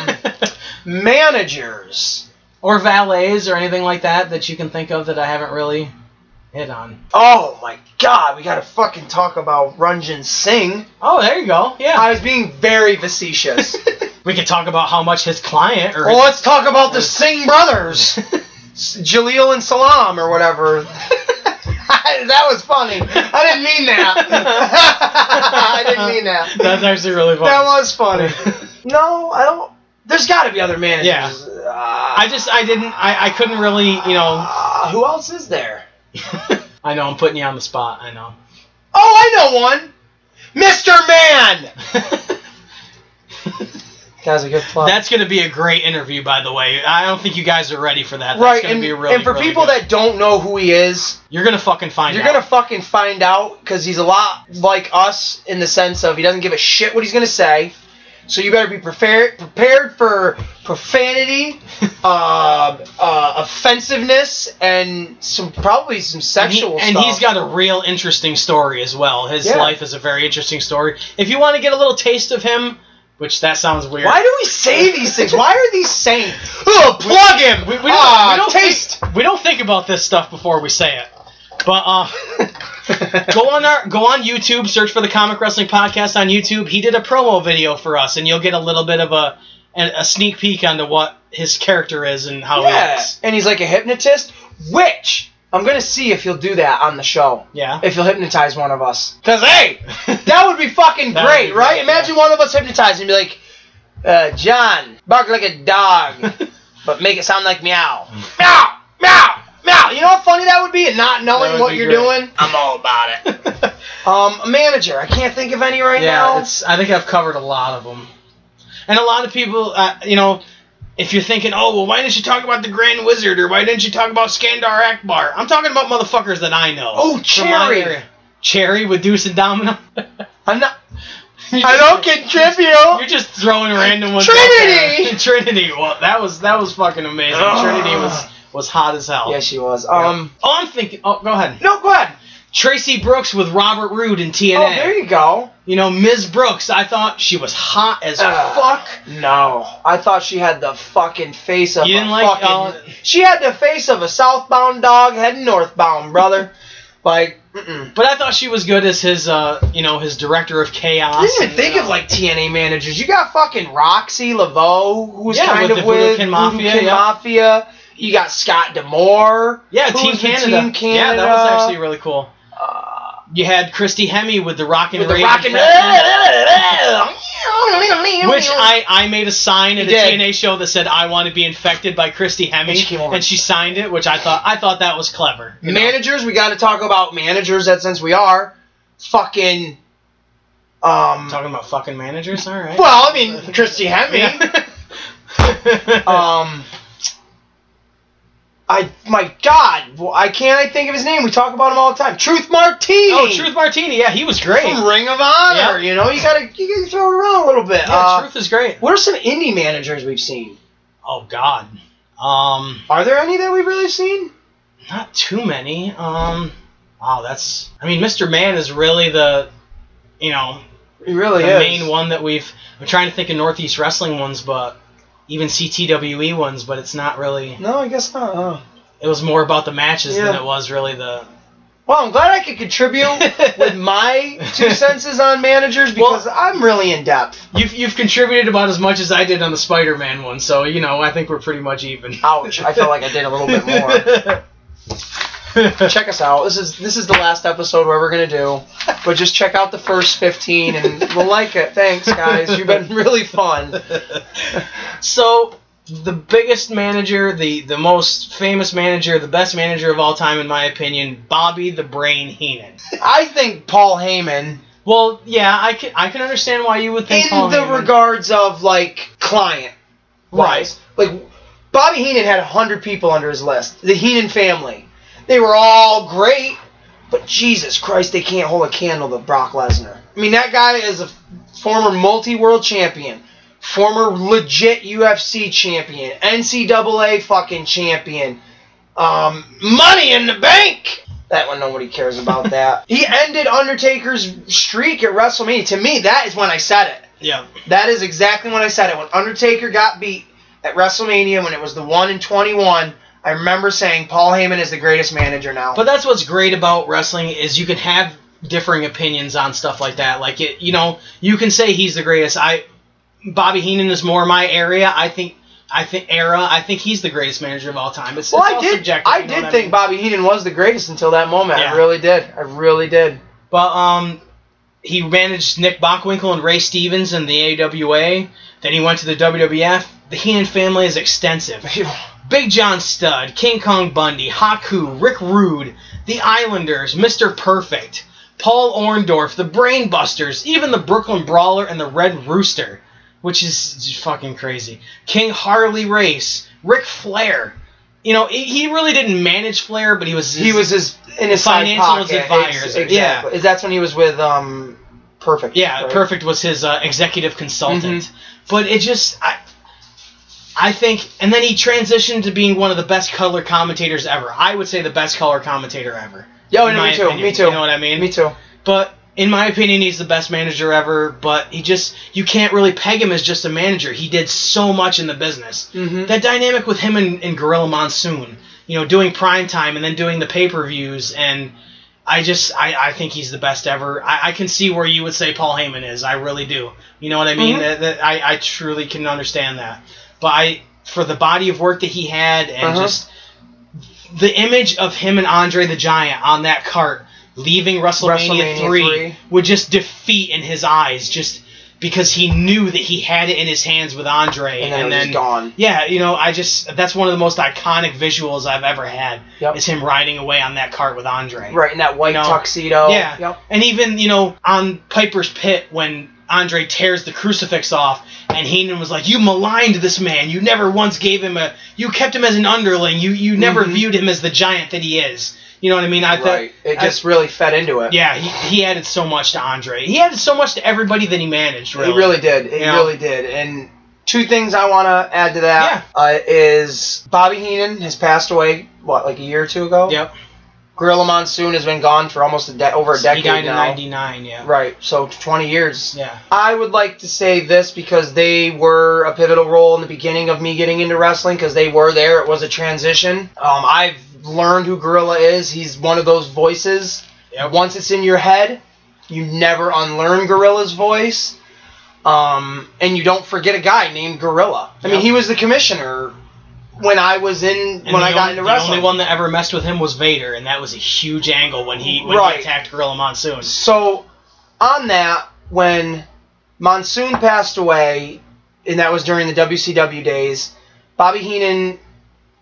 managers.
or valets or anything like that that you can think of that I haven't really hit on.
Oh my god, we gotta fucking talk about Runjan Singh.
Oh, there you go. Yeah.
I was being very <laughs> facetious.
we could talk about how much his client or
well,
<laughs>
let's talk about the Singh brothers. S- Jaleel and Salam or whatever. <laughs> that was funny. I didn't mean <laughs> that. I didn't mean that.
That's actually really funny.
That was funny. <laughs> No, I don't. There's got to be other managers. Uh, Yeah.
I just I didn't I, I couldn't really, you know,
uh, who else is there?
I know I'm putting you on the spot, I know. <laughs>
Oh, I know one. Mr. Man. That was a good plug.
That's going to be a great interview, by the way. I don't think you guys are ready for that. That's
right.
Gonna
And,
be really,
and for
really
people
good.
that don't know who he is,
you're going to fucking find
you're
out.
gonna fucking find out because he's a lot like us in the sense of he doesn't give a shit what he's gonna say. So you better be prepared prepared for
<laughs>
profanity, uh, uh, offensiveness, and some probably some
And he-
sexual
and
stuff.
he's got a real interesting story as well. His
Yeah.
life is a very interesting story. If you want to get a little taste of him, which that sounds weird.
Why do
<laughs>
we say these things? Why are these saying? Oh, plug him.
we, we don't,
Ah,
we don't
taste.
Think, we don't think about this stuff before we say it. But
<laughs>
uh, go on our go on YouTube, search for the Comic Wrestling Podcast on YouTube. He did a promo video for us, and you'll get a little bit of a a, a sneak peek onto what his character is and how he
yeah.
looks.
And he's like a hypnotist, which I'm gonna see if he'll do that on the show.
Yeah.
If he'll hypnotize one of us. Cause hey, <laughs> that would be fucking
That would
great,
be great,
right? Imagine
yeah.
one of us hypnotized and be like, uh, John, bark like a <laughs> dog,
<laughs>
but make it sound like meow. <laughs> meow, meow, meow. You know how funny that would be, and not
That
knowing
would
what
be
you're
great.
doing. I'm all about it. <laughs> Um, a manager. I can't think of any right
yeah,
now.
it's, I think I've covered a lot of them, and a lot of people, uh, you know. If you're thinking, oh, well, why didn't you talk about the Grand Wizard or why didn't you talk about Skandar Akbar? I'm talking about motherfuckers that I know.
Oh,
from my
Cherry.
area. Cherry with Deuce and Domino. <laughs>
I'm not. I don't
You're
contribute.
just throwing random ones. out
Trinity!
there. <laughs> Trinity. Well, that was that was fucking amazing.
Ugh.
Trinity was was hot as hell.
Yeah, she was. Um.
oh, I'm thinking. Oh, go ahead.
No, go ahead.
Tracy Brooks with Robert Roode in TNA.
Oh, there you go.
You know, Ms. Brooks. I thought she was hot as
Ugh.
fuck.
No, I thought she had the fucking face of
You didn't
a
like
fucking.
all-
She had the face of a southbound dog heading northbound, brother. Like, mm-mm.
But I thought she was good as his, uh, you know, his director of chaos.
I didn't even
and, uh,
think
you
of
know,
like TNA managers. You got fucking Roxy Laveau, who's
Yeah,
kind
with
of
the Voodoo
with
Kid
Voodoo
Mafia,
Kid
yeah.
Mafia. You got Scott Demore.
yeah,
who's
Team
with
Canada.
Team
Yeah,
Canada.
that was actually really cool.
Uh,
You had Christy Hemme with the Rockin'
with the
Raven
<laughs> rockin'
Fat Man, Which I, I made a sign at a
You did.
TNA show that said I want to be infected by Christy Hemme,
And she came over.
and she signed it, which I thought I thought that was clever. you know?
managers. We got to talk about managers. That since we are fucking. Um,
Talking about fucking managers, all <laughs> right.
Well, I mean, Christy Hemme.
Yeah.
<laughs> Um, I my God, well, I can't. I think of his name. We talk about him all the time. Truth Martini.
oh, Truth Martini, yeah, he was great.
From Ring of Honor. You know, you gotta you gotta throw it around a little bit.
Yeah,
Uh,
Truth is great.
What are some indie managers we've seen?
Oh God, um,
Are there any that we've really seen?
not too many. Um, wow, that's. I mean, Mr. Man is really the, you know,
It really
the
is.
main one that we've. I'm trying to think of Northeast wrestling ones, but even CTWE E ones, but it's not really.
No, I guess not. huh?
It was more about the matches than
Yeah.
it was really the.
Well, I'm glad I could contribute <laughs> with my two senses on managers because I'm really in depth.
You've you've contributed about as much as I did on the Spider-Man one, so you know I think we're pretty much even.
Ouch! I felt like I did a little bit more. <laughs> check us out. This is this is the last episode we're ever gonna do, but just check out the first fifteen and we'll like it. Thanks, guys. You've been really fun.
<laughs>
<laughs>
so the biggest manager, the the most famous manager, the best manager of all time, in my opinion, Bobby the Brain Heenan.
I think Paul Heyman,
Well, yeah, I can I can understand why you would think
in
Paul
the
Heyman.
regards of like client,
right?
Like Bobby Heenan had hundred people under his list. The Heenan family, they were all great, but Jesus Christ, they can't hold a candle to Brock Lesnar. I mean, that guy is a former multi-world champion, former legit UFC champion, NCAA fucking champion, um, Money in the Bank. That one, nobody cares about that. he ended Undertaker's streak at WrestleMania. To me, that is when I said it.
Yeah,
That is exactly what I said it. When Undertaker got beat at WrestleMania, when it was the one in 21, I remember saying Paul Heyman is the greatest manager now.
but that's what's great about wrestling is you can have differing opinions on stuff like that. Like it, you know, you can say he's the greatest. I Bobby Heenan is more my area. I think I think era. I think he's the greatest manager of all time. It's,
well,
it's
I
all
did.
subjective.
I
you know
did
what
think
mean?
Bobby Heenan was the greatest until that moment.
Yeah.
I really did. I really did.
But um, he managed Nick Bockwinkel and Ray Stevens in the AWA. Then he went to the WWF. The Heenan family is extensive. <laughs> Big John Studd, King Kong Bundy, Haku, Rick Rude, The Islanders, Mr. Perfect, Paul Orndorff, The Brainbusters, even the Brooklyn Brawler and the Red Rooster, which is j- fucking crazy. King Harley Race, Rick Flair. You know, he- he really didn't manage Flair, but he was
he was his in his side
Financial
pocket.
advisor,
Ex-
yeah.
exactly. That's when he was with um, Perfect.
Yeah,
right? Mm-hmm.
Perfect was his uh, executive consultant. But it just, I, I think, and then he transitioned to being one of the best color commentators ever. I would say the best color commentator ever.
Yeah,
in
no,
my
me too.
opinion,
me too.
You know what I mean?
Me too.
But in my opinion, he's the best manager ever. But he just, you can't really peg him as just a manager. He did so much in the business.
Mhm.
That dynamic with him and, and Gorilla Monsoon, you know, doing prime time and then doing the pay per views and. I just I, I think he's the best ever. I, I can see where you would say Paul Heyman is. I really do. You know what I mean?
Mhm.
That, that I, I truly can understand that. But I for the body of work that he had and
Uh-huh.
just the image of him and Andre the Giant on that cart leaving WrestleMania,
WrestleMania
3,
three.
would just defeat in his eyes just because he knew that he had it in his hands with Andre
And then it was gone.
yeah, you know, I just that's one of the most iconic visuals I've ever had
Yep.
is him riding away on that cart with Andre.
Right in that white
You know,
tuxedo.
Yeah.
Yep.
And even, you know, on Piper's Pit when Andre tears the crucifix off and Heenan was like, You maligned this man. You never once gave him a you kept him as an underling. You you never viewed him as the giant that he is. You know what I mean? I
Mm-hmm. right.
thought
It just really fed into it.
yeah, he, he added so much to Andre. He added so much to everybody that he managed. Really,
It really did. It
Yeah.
really did. And two things I want to add to that uh, is Bobby Heenan has passed away. What, like a year or two ago?
Yep.
Gorilla Monsoon has been gone for almost a de- over a decade
he died
now.
in '99. Yeah.
Right. So 20 years.
Yeah.
I would like to say this because they were a pivotal role in the beginning of me getting into wrestling because they were there. It was a transition. Um, I've learned who Gorilla is. He's one of those voices.
Yep.
Once it's in your head, you never unlearn Gorilla's voice. Um, and you don't forget a guy named Gorilla. I mean,
Yep.
he was the commissioner when I was in
And the
when I got
only,
into
the
wrestling.
only one that ever messed with him was Vader, and that was a huge angle when he when
Right.
he attacked Gorilla Monsoon.
So, on that, when Monsoon passed away, and that was during the WCW days, Bobby Heenan,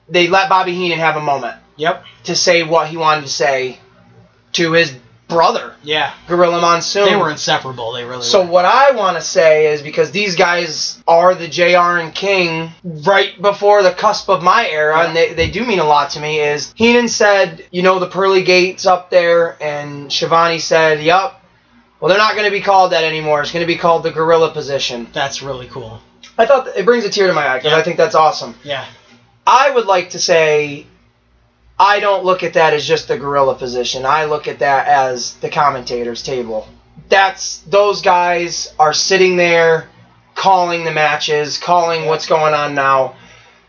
they let Bobby Heenan have a moment
Yep.
to say what he wanted to say to his brother,
Yeah.
Gorilla Monsoon.
They were inseparable. They really
So
were.
what I want to say is because these guys are the JR and King right before the cusp of my era, and they, they do mean a lot to me, is Heenan said, you know, the pearly gates up there, and Shivani said, yup. Well, they're not going to be called that anymore. It's going to be called the gorilla position.
That's really cool.
I thought it brings a tear to my eye because
Yeah.
I think that's awesome.
Yeah.
I would like to say I don't look at that as just the gorilla position. I look at that as the commentator's table. That's those guys are sitting there calling the matches, calling what's going on now.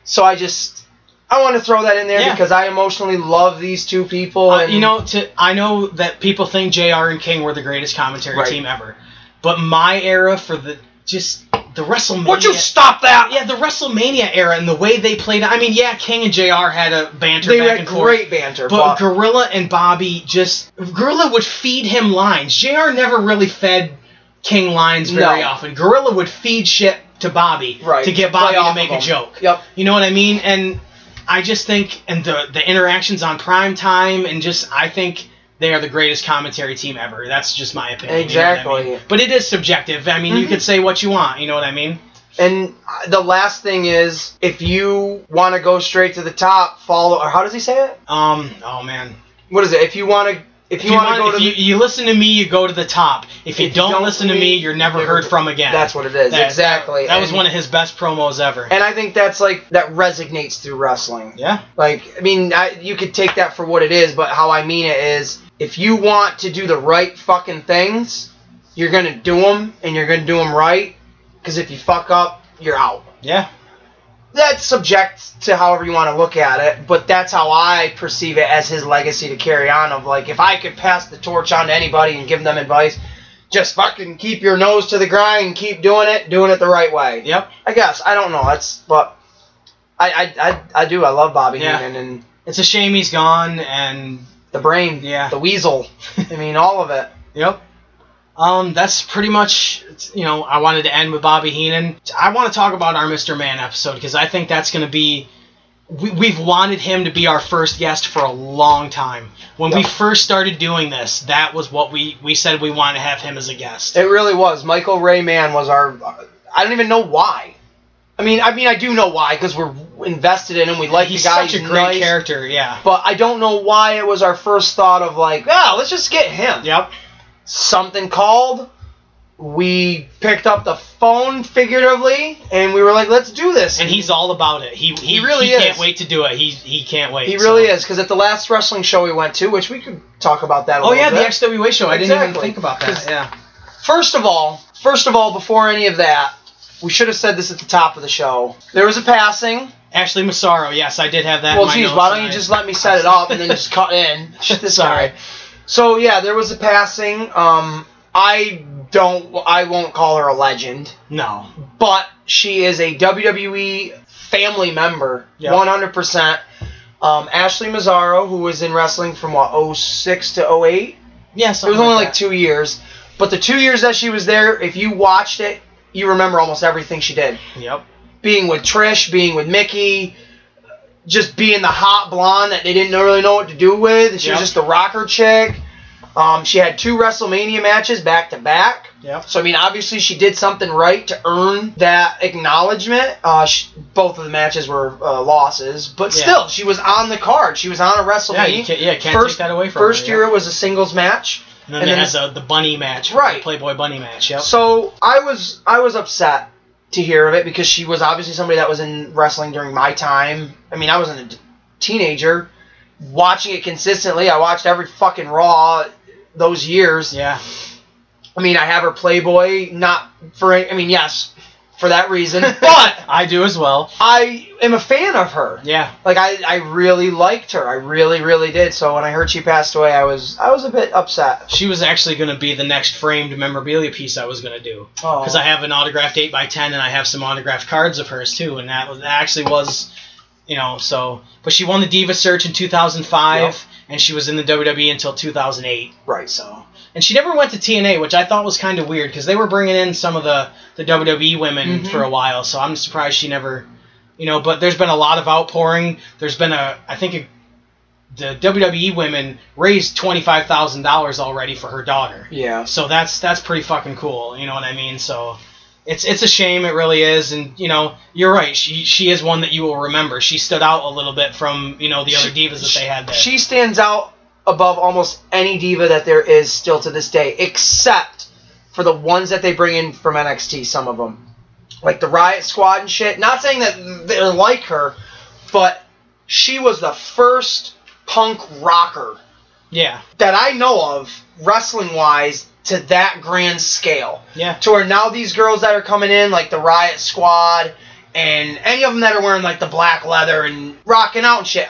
So I just I want to throw that in there
Yeah.
because I emotionally love these two people
Uh,
and
you know, to, I know that people think JR and King were the greatest commentary
Right.
team ever, but my era for the just the WrestleMania.
Would you stop that?
Yeah, the WrestleMania era and the way they played. I mean, yeah, King and JR had a banter
They
back
had
and forth.
great banter,
But
but,
Gorilla and Bobby just Gorilla would feed him lines. JR never really fed King lines very
No.
often. Gorilla would feed shit to Bobby
Right,
to get
play
Bobby
off
to
of
make a
him.
joke.
Yep.
You know what I mean? And I just think and the the interactions on prime time and just I think they are the greatest commentary team ever. That's just my opinion. you know what I
Exactly. Mm-hmm.
mean? But it is subjective. I mean, you could say what you want. You know what I mean?
and uh, the last thing is if you want to go straight to the top, follow or how does he say it?
Um. Oh man.
What is it? If you want to if
If
you,
you,
want to
want-
go to
if
the
you, you listen to me, you go to the top. If you, don't, listen to me, you're never heard from again.
That's what it is.
That-
exactly.
That, was
And-
one of his best promos ever.
And I think that's like that resonates through wrestling.
yeah.
Like I mean, I, you could take that for what it is, but how I mean it is, if you want to do the right fucking things, you're gonna do them, and you're gonna do them right. Because if you fuck up, you're out.
Yeah.
That's subject to however you want to look at it, but that's how I perceive it as his legacy to carry on. Of like, if I could pass the torch on to anybody and give them advice, just fucking keep your nose to the grind, keep doing it, doing it the right way.
Yep.
I guess I don't know. That's but I I, I, I do. I love Bobby
Yeah.
Heenan and
It's a shame he's gone. And
the brain,
Yeah.
the
<laughs>
weasel. I mean, all of it.
yep. Um, that's pretty much. it's- You know, I wanted to end with Bobby Heenan. I want to talk about our Mr. Man episode because I think that's going to be. We, we've wanted him to be our first guest for a long time. When we
Yep.
first started doing this, that was what we we said we wanted to have him as a guest.
It really was. Michael Ray Mann was our. I don't even know why. I mean, I mean, I do know why because we're invested in him. We like
he's
the guy.
such a
he's
great
nice,
character. Yeah.
But I don't know why it was our first thought of like, ah, let's just get him.
Yep.
Something called. We picked up the phone figuratively, and we were like, "Let's do this."
and he's all about it. He he,
He really
he can't
is.
wait to do it. He he can't wait.
He really
so.
is because at the last wrestling show we went to, which we could talk about that. A
Oh
little
yeah,
bit.
the XWA show. I didn't even
Exactly.
think about that.
'Cause-
Yeah.
First of all, first of all, before any of that, we should have said this at the top of the show. There was a passing.
Ashley Massaro. Yes, I did have that. in
Well,
my
geez,
notes
why don't you
and I-
just let me set it up and then just
<laughs>
cut in? <laughs> Shit, This
Sorry.
guy. So yeah, there was a passing. Um, I don't. I won't call her a legend,
No.
but she is a WWE family member,
Yeah.
one hundred percent. Um, Ashley Mazzaro, who was in wrestling from what 06 to 08.
Yes.
It was only like two years, but the two years that she was there, if you watched it, you remember almost everything she did.
Yep.
Being with Trish, being with Mickey, just being the hot blonde that they didn't really know what to do with. She
Yep.
was just the rocker chick. Um, she had two WrestleMania matches back to back.
Yep.
So I mean, obviously she did something right to earn that acknowledgement. Uh, sh both of the matches were uh, losses, but
Yeah.
still, she was on the card. She was on a WrestleMania.
Yeah, you can't, yeah, can't
first,
take that away from her,
First
yeah.
year it was a singles match.
And then
and
it
then-
has uh, the bunny match,
Right.
The Playboy bunny match. Yep.
So I was I was upset to hear of it because she was obviously somebody that was in wrestling during my time. I mean, I was not a teenager watching it consistently. I watched every fucking Raw those years.
yeah.
I mean, I have her Playboy, not for. I mean, yes, for that
<laughs>
reason, but
I do as well.
I am a fan of her.
Yeah.
Like I, I really liked her. I really, really did. So when I heard she passed away, I was, I was a bit upset.
She was actually going to be the next framed memorabilia piece I was going to do.
Oh.
Because I have an autographed 8x10 and I have some autographed cards of hers too. And that, was, that actually was, you know, so. But she won the Diva Search in 2005
Yep.
and she was in the WWE until 2008.
right. So
So, and she never went to TNA, which I thought was kind of weird because they were bringing in some of the the WWE women for a while. So I'm surprised she never, you know. But there's been a lot of outpouring. There's been a, I think, a, the WWE women raised twenty five thousand dollars already for her daughter.
yeah.
So that's that's pretty fucking cool. You know what I mean? So. It's, it's a shame, it really is, and you know you're right. She she is one that you will remember. She stood out a little bit from you know the other divas that they had there.
She stands out above almost any diva that there is still to this day, except for the ones that they bring in from NXT. Some of them, like the Riot Squad and shit. Not saying that they're like her, but she was the first punk rocker
yeah,
that I know of, wrestling wise, to that grand scale.
yeah,
To where now these girls that are coming in, like the Riot Squad, and any of them that are wearing like the black leather and rocking out and shit,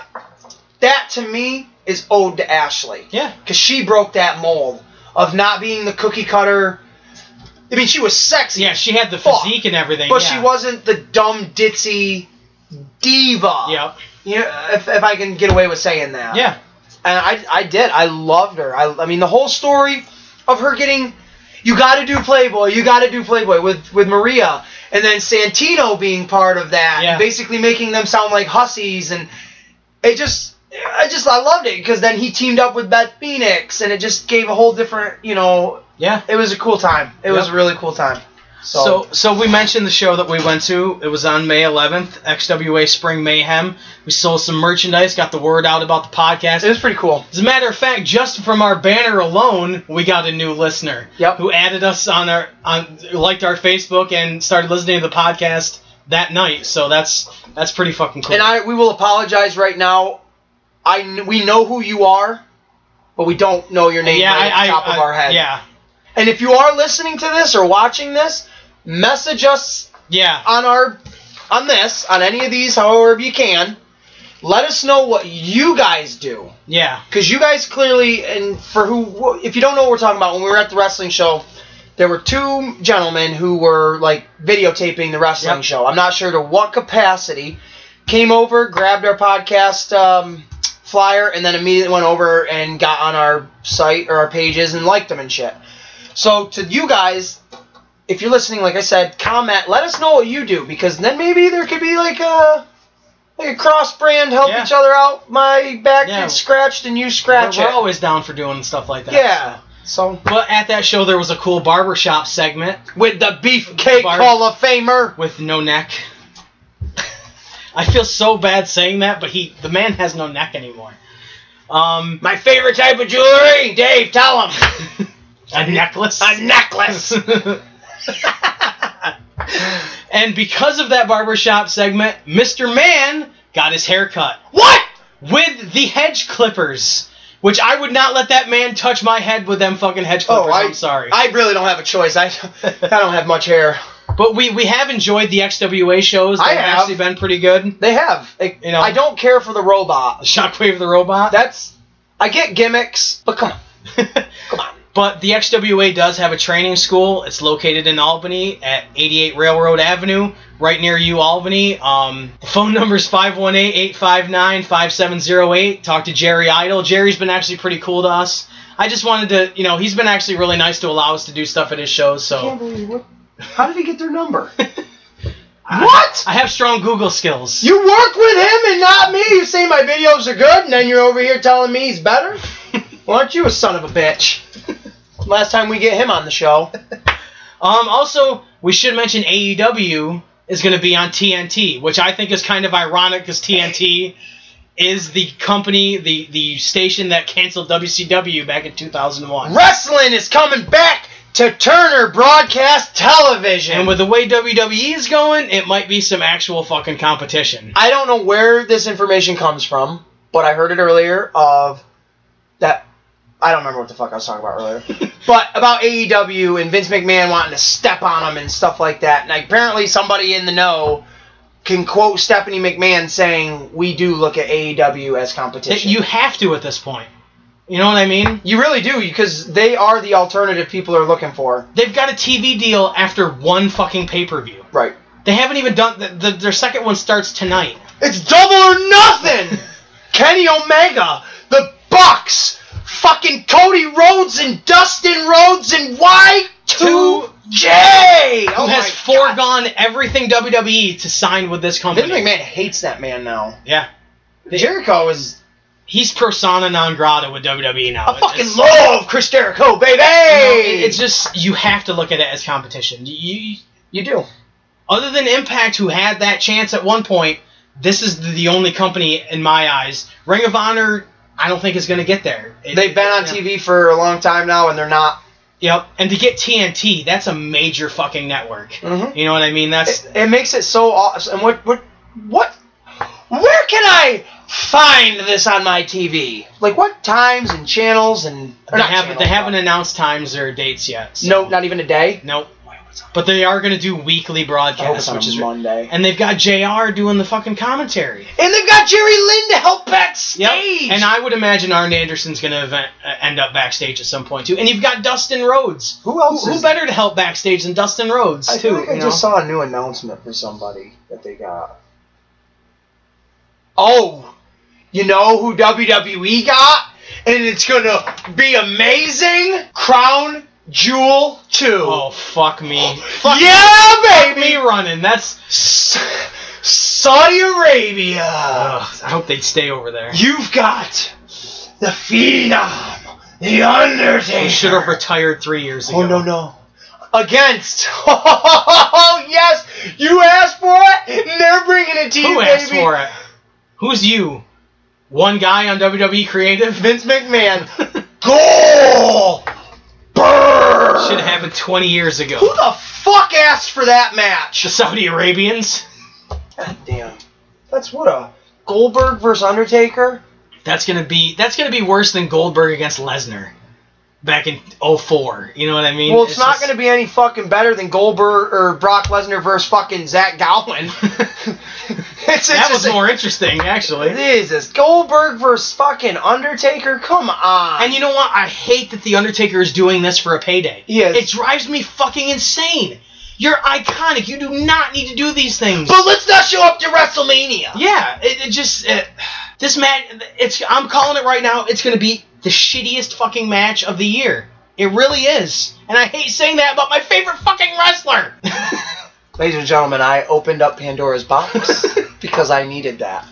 that to me is owed to Ashley.
yeah.
Because she broke that mold of not being the cookie cutter. I mean, she was sexy,
Yeah, she had the
Fuck.
physique and everything.
but
yeah.
she wasn't the dumb, ditzy diva.
Yeah.
You know, if, if I can get away with saying that.
Yeah.
and I, I did. I loved her. I, I mean, the whole story of her getting, you got to do Playboy, you got to do Playboy with with Maria, and then Santino being part of that,
Yeah.
and basically making them sound like hussies, and it just, I just, I loved it because then he teamed up with Beth Phoenix, and it just gave a whole different, you know,
Yeah.
it was a cool time. It was a
Yep.
really cool time. So,
So, so we mentioned the show that we went to. It was on May 11th, XWA Spring Mayhem. We sold some merchandise, got the word out about the podcast.
it was pretty cool.
As a matter of fact, just from our banner alone, we got a new listener.
Yep.
Who added us on our on liked our Facebook and started listening to the podcast that night. So that's that's pretty fucking cool.
And I, we will apologize right now. I, kn- we know who you are, but we don't know your name
yeah,
right
I,
off the top
I,
of our head.
Yeah.
And if you are listening to this or watching this, message us
Yeah.
on our on this, on any of these, however you can. Let us know what you guys do.
Yeah.
Because you guys clearly, and for who, if you don't know what we're talking about, when we were at the wrestling show, there were two gentlemen who were like videotaping the wrestling
Yep.
show. I'm not sure to what capacity. Came over, grabbed our podcast um, flyer, and then immediately went over and got on our site or our pages and liked them and shit. So to you guys, if you're listening, like I said, comment. Let us know what you do because then maybe there could be like a like a cross brand help
Yeah.
each other out. My back
Yeah.
gets scratched and you
We're,
scratch
we're
it.
always down for doing stuff like that.
yeah. So
But at that show, there was a cool barbershop segment.
with the beefcake
Barb-
Hall of Famer.
with no neck. I feel so bad saying that, but he the man has no neck anymore. Um,
My favorite type of jewelry, Dave. Tell him
a necklace. <laughs>
a necklace.
and because of that barbershop segment, Mr. Man got his hair cut
what?
with the hedge clippers, which I would not let that man touch my head with them fucking hedge clippers.
Oh, I,
am Oh, sorry.
I really don't have a choice. I I don't have much hair.
but we, we have enjoyed the XWA shows. They've
I have.
actually been pretty good.
They have. Like,
You know.
I don't care for the robot.
Shockwave the robot.
That's. I get gimmicks, but come on,
<laughs>
come on.
But the XWA does have a training school. It's located in Albany at 88 Railroad Avenue, right near you, Albany. Um, the phone number is 518-859-5708. Talk to Jerry Idle. Jerry's been actually pretty cool to us. I just wanted to, you know, he's been actually really nice to allow us to do stuff at his shows.
I can't
So
believe what. How did he get their number?
I-
<laughs> What?
I, have strong Google skills.
You work with him and not me. You say my videos are good, and then you're over here telling me he's
<laughs>
better. Why aren't you a son of a bitch? Last time we get him on the show,
Um, also, we should mention AEW is going to be on TNT, which I think is kind of ironic because TNT is the company, the, the station that canceled WCW back in 2001.
Wrestling is coming back to Turner Broadcast Television.
And with the way WWE is going, it might be some actual fucking competition.
I don't know where this information comes from, but I heard it earlier of that. I don't remember what the fuck I was talking about earlier, but about AEW and Vince McMahon wanting to step on them and stuff like that. And like, apparently, somebody in the know can quote Stephanie McMahon saying, "We do look at AEW as
It-
competition."
you have to at this point. You know what I mean?
you really do because they are the alternative people are looking for.
They've got a TV deal after one fucking pay per view.
Right.
They haven't even done the, the, their second one starts tonight.
It's double or <laughs> nothing. Kenny Omega, the Bucks, fucking Cody Rhodes and Dustin Rhodes and Y2J.
Who
Oh
has
my God.
foregone everything WWE to sign with this
Vince
company?
McMahon hates that man now.
Yeah,
Jericho is.
he's persona non grata with WWE now.
I fucking
it's,
love Chris Jericho, baby.
you know, it- it's just you have to look at it as competition. You,
you do.
other than Impact, who had that chance at one point, this is the- the only company in my eyes. Ring of Honor, I don't think is going to get there. It-
They've been on
yeah.
TV for a long time now, and they're not.
Yep, and to get TNT, that's a major fucking network.
Mhm.
You know what I mean? That's
It, it makes it so awesome. And what, what, what? Where can I find this on my TV? Like what times and channels and? or
they
not
haven't
channels,
they haven't
but-
announced times or dates yet. so-
No, not even a day.
Nope. But they are going to do weekly
I hope it's
broadcasts,
on
which is
Monday. And,
and they've got Jr. doing the fucking commentary.
they've got Jerry Lynn to help backstage.
Yep. And I would imagine Arn Anderson's going to event, uh, end up backstage at some point too. And you've got Dustin Rhodes.
who else?
Who, who
is-
better to help backstage than Dustin Rhodes
I
too?
feel like I
you know?
just saw a new announcement for somebody that they got. Oh, you know who WWE got? And it's gonna be amazing. Crown Jewel Two.
oh fuck me. Fuck
yeah,
me
baby.
running. That's.
S- Saudi Arabia.
Ugh, I hope they'd stay over there.
You've got the Phenom, the Undertaker.
They should have retired three years ago.
Oh no no. Against. <laughs> Oh yes, you asked for it. and They're bringing it to you,
Who
baby.
asked for it? Who's you? One guy on WWE Creative? <laughs>
Vince McMahon. Goal. Burn.
Should have happened 20 years ago.
Who the fuck asked for that match?
The Saudi Arabians?
God damn. That's what a Goldberg versus Undertaker.
That's gonna be that's gonna be worse than Goldberg against Lesnar back in 04. You know what I mean?
Well, it's, not
just-
going to be any fucking better than Goldberg or Brock Lesnar versus fucking
<laughs>
Zach Gowen. it's, it's
that
just-
was more interesting, actually.
Jesus, Goldberg versus fucking Undertaker. Come on.
And you know what? I hate that the Undertaker is doing this for a payday.
Yes.
It drives me fucking insane. You're iconic. You do not need to do these things.
but let's not show up to WrestleMania.
Yeah, it, it just it, this match. It's I'm calling it right now. It's gonna be the shittiest fucking match of the year. It really is, and I hate saying that about my favorite fucking wrestler. <laughs>
Ladies and gentlemen, I opened up
<laughs>
Pandora's box because I needed that.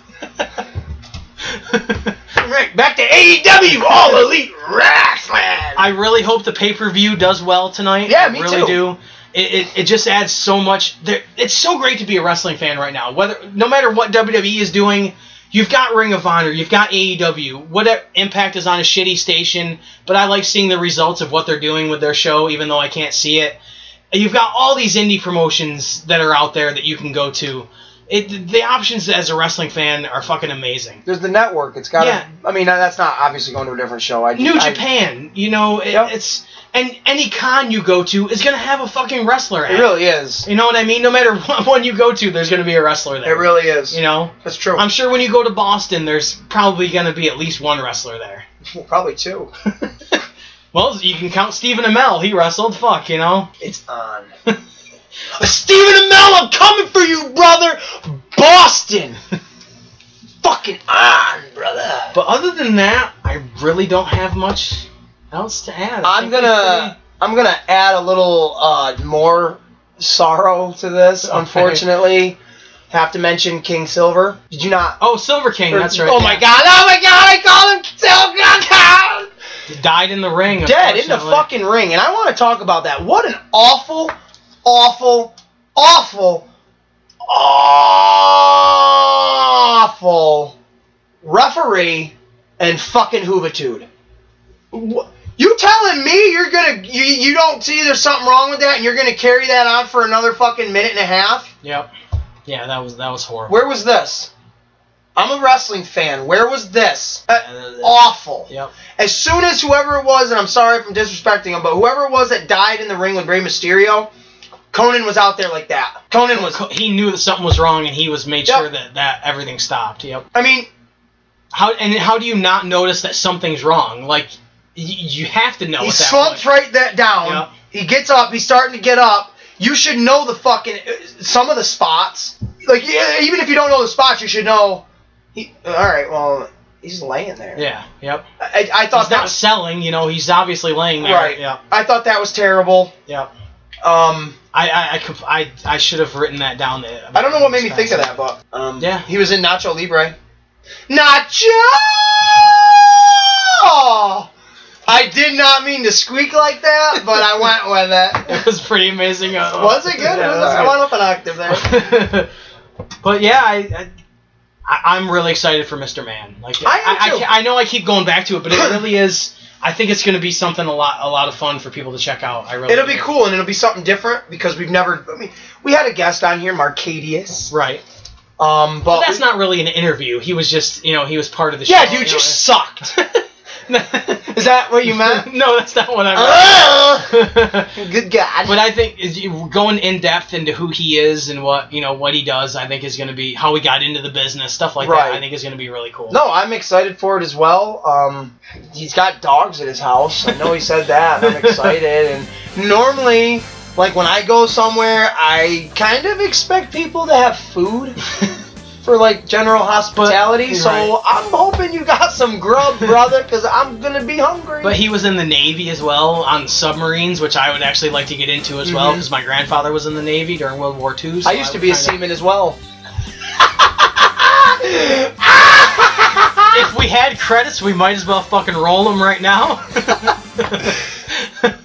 Right, back to AEW All Elite Wrestling.
I really hope the pay per view does well tonight.
Yeah,
I
me
really
too.
do. It, it, it just adds so much. There, it's so great to be a wrestling fan right now. Whether no matter what WWE is doing, you've got Ring of Honor, you've got AEW. What Impact is on a shitty station, but I like seeing the results of what they're doing with their show, even though I can't see it. And You've got all these indie promotions that are out there that you can go to. It, the options as a wrestling fan are fucking amazing.
There's the network. It's got.
Yeah.
to I mean, that's not obviously going to a different show. I
New
I-
Japan, you know, it,
Yep.
it's and any con you go to is gonna have a fucking wrestler. At. it.
It really is.
you know what I mean? No matter <laughs> what one you go to, there's gonna be a wrestler
It
there.
really is.
you know,
that's true.
I'm sure when you go to Boston, there's probably gonna be at least one wrestler there. <laughs>
Probably two.
Well, you can count Stephen Amell. He wrestled. Fuck, you know.
It's on. Stephen Amell, I'm coming for you, brother.
<laughs>
Boston. Fucking on, brother.
But other than that, I really don't have much else to add. I
I'm
think we
gonna I'm gonna add a little uh, more sorrow to this.
Okay.
Unfortunately, have to mention King Silver. Did you not?
pretty- Oh, Silver King. That's right.
Oh my
yeah.
God! Oh my God! I called him Silver.
Died in the ring.
Dead in the
unfortunately.
fucking ring, and I want to talk about that. What an awful awful, awful, awful referee and fucking Hoovitude. Wh- You telling me you're gonna you, you don't see there's something wrong with that and you're gonna carry that on for another fucking minute and a half?
Yep. Yeah, that was that was horrible.
Where was this? I'm a wrestling fan. Where was this? Uh,
And then-
awful.
Yep.
As soon as whoever it was, and I'm sorry if I'm disrespecting him, but whoever it was that died in the ring with Rey Mysterio, Conan was out there like that. Conan was.
Co- He knew that something was wrong, and he was made
Yep.
sure that that everything stopped. Yep.
I mean,
How and how do you not notice that something's wrong? Like y- you have to know.
he
at that
slumps
point.
right that down.
Yep.
He gets up. He's starting to get up. You should know the fucking uh, some of the spots. Like yeah, even if you don't know the spots, you should know. He, uh, all right. Well, he's laying there.
Yeah. Yep.
I, I thought
He's
that
not
was
selling. You know, he's obviously laying there.
right.
Yep.
I thought that was terrible.
Yep.
Um,
I I I, comp- I, I should have written that down. There.
I don't know what made me think of that, but um,
Yeah.
he was in Nacho Libre. Nacho! I did not mean to squeak like that, but I went with it.
<laughs> <laughs> It was pretty amazing. Uh,
<laughs> Was it good?
<laughs> Yeah,
It was-
was
I
good.
went up an octave there.
<laughs> but yeah, I, I I- I'm really excited for Mr. Man. Like
I am
I,
too.
ca- I know I keep going back to it, but it
<clears throat>
really is. I think it's going to be something a lot a lot of fun for people to check out. I really
It'll be
do.
cool, and it'll be something different because we've never. I mean, we had a guest on here, Marcadius.
right?
Um, but,
But that's
we-
not really an interview. He was just you know he was part of the
Yeah,
show. you
dude, you
know. <laughs>
sucked. <laughs> Is that what you meant?
no, that's not what I
Ah!
meant.
Good
<laughs>
God.
But I think is you- going in depth into who he is and what you know what he does, I think is going to be how he got into the business, stuff like
Right.
that. I think is going to be really cool.
No, I'm excited for it as well. Um, he's got dogs at his house. I know he said
<laughs>
that. and I'm excited. And normally, like when I go somewhere, I kind of expect people to have food
<laughs>
for like general hospitality. so
right.
I'm hoping you got some grub, brother, because I'm gonna be hungry.
But he was in the Navy as well on submarines, which I would actually like to get into as well
Mhm.
because my grandfather was in the Navy during World War II. so
I used to
would
be a
kinda-
seaman
<laughs>
as well.
If we had credits, we might as well fucking roll them right now. <laughs>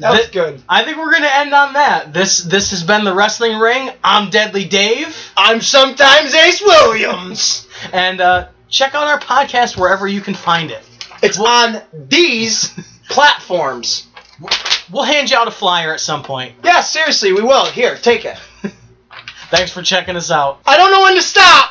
That was
Thi-
good.
I think we're gonna end on that. This this has been the Wrestling Ring. I'm Deadly Dave,
I'm sometimes Ace Williams.
and uh, check out our podcast wherever you can find it.
It's on
<laughs>
these platforms.
We'll hand you out a flyer at some point.
Yeah, seriously, we will. Here, take it.
Thanks for checking us out.
I don't know when to stop.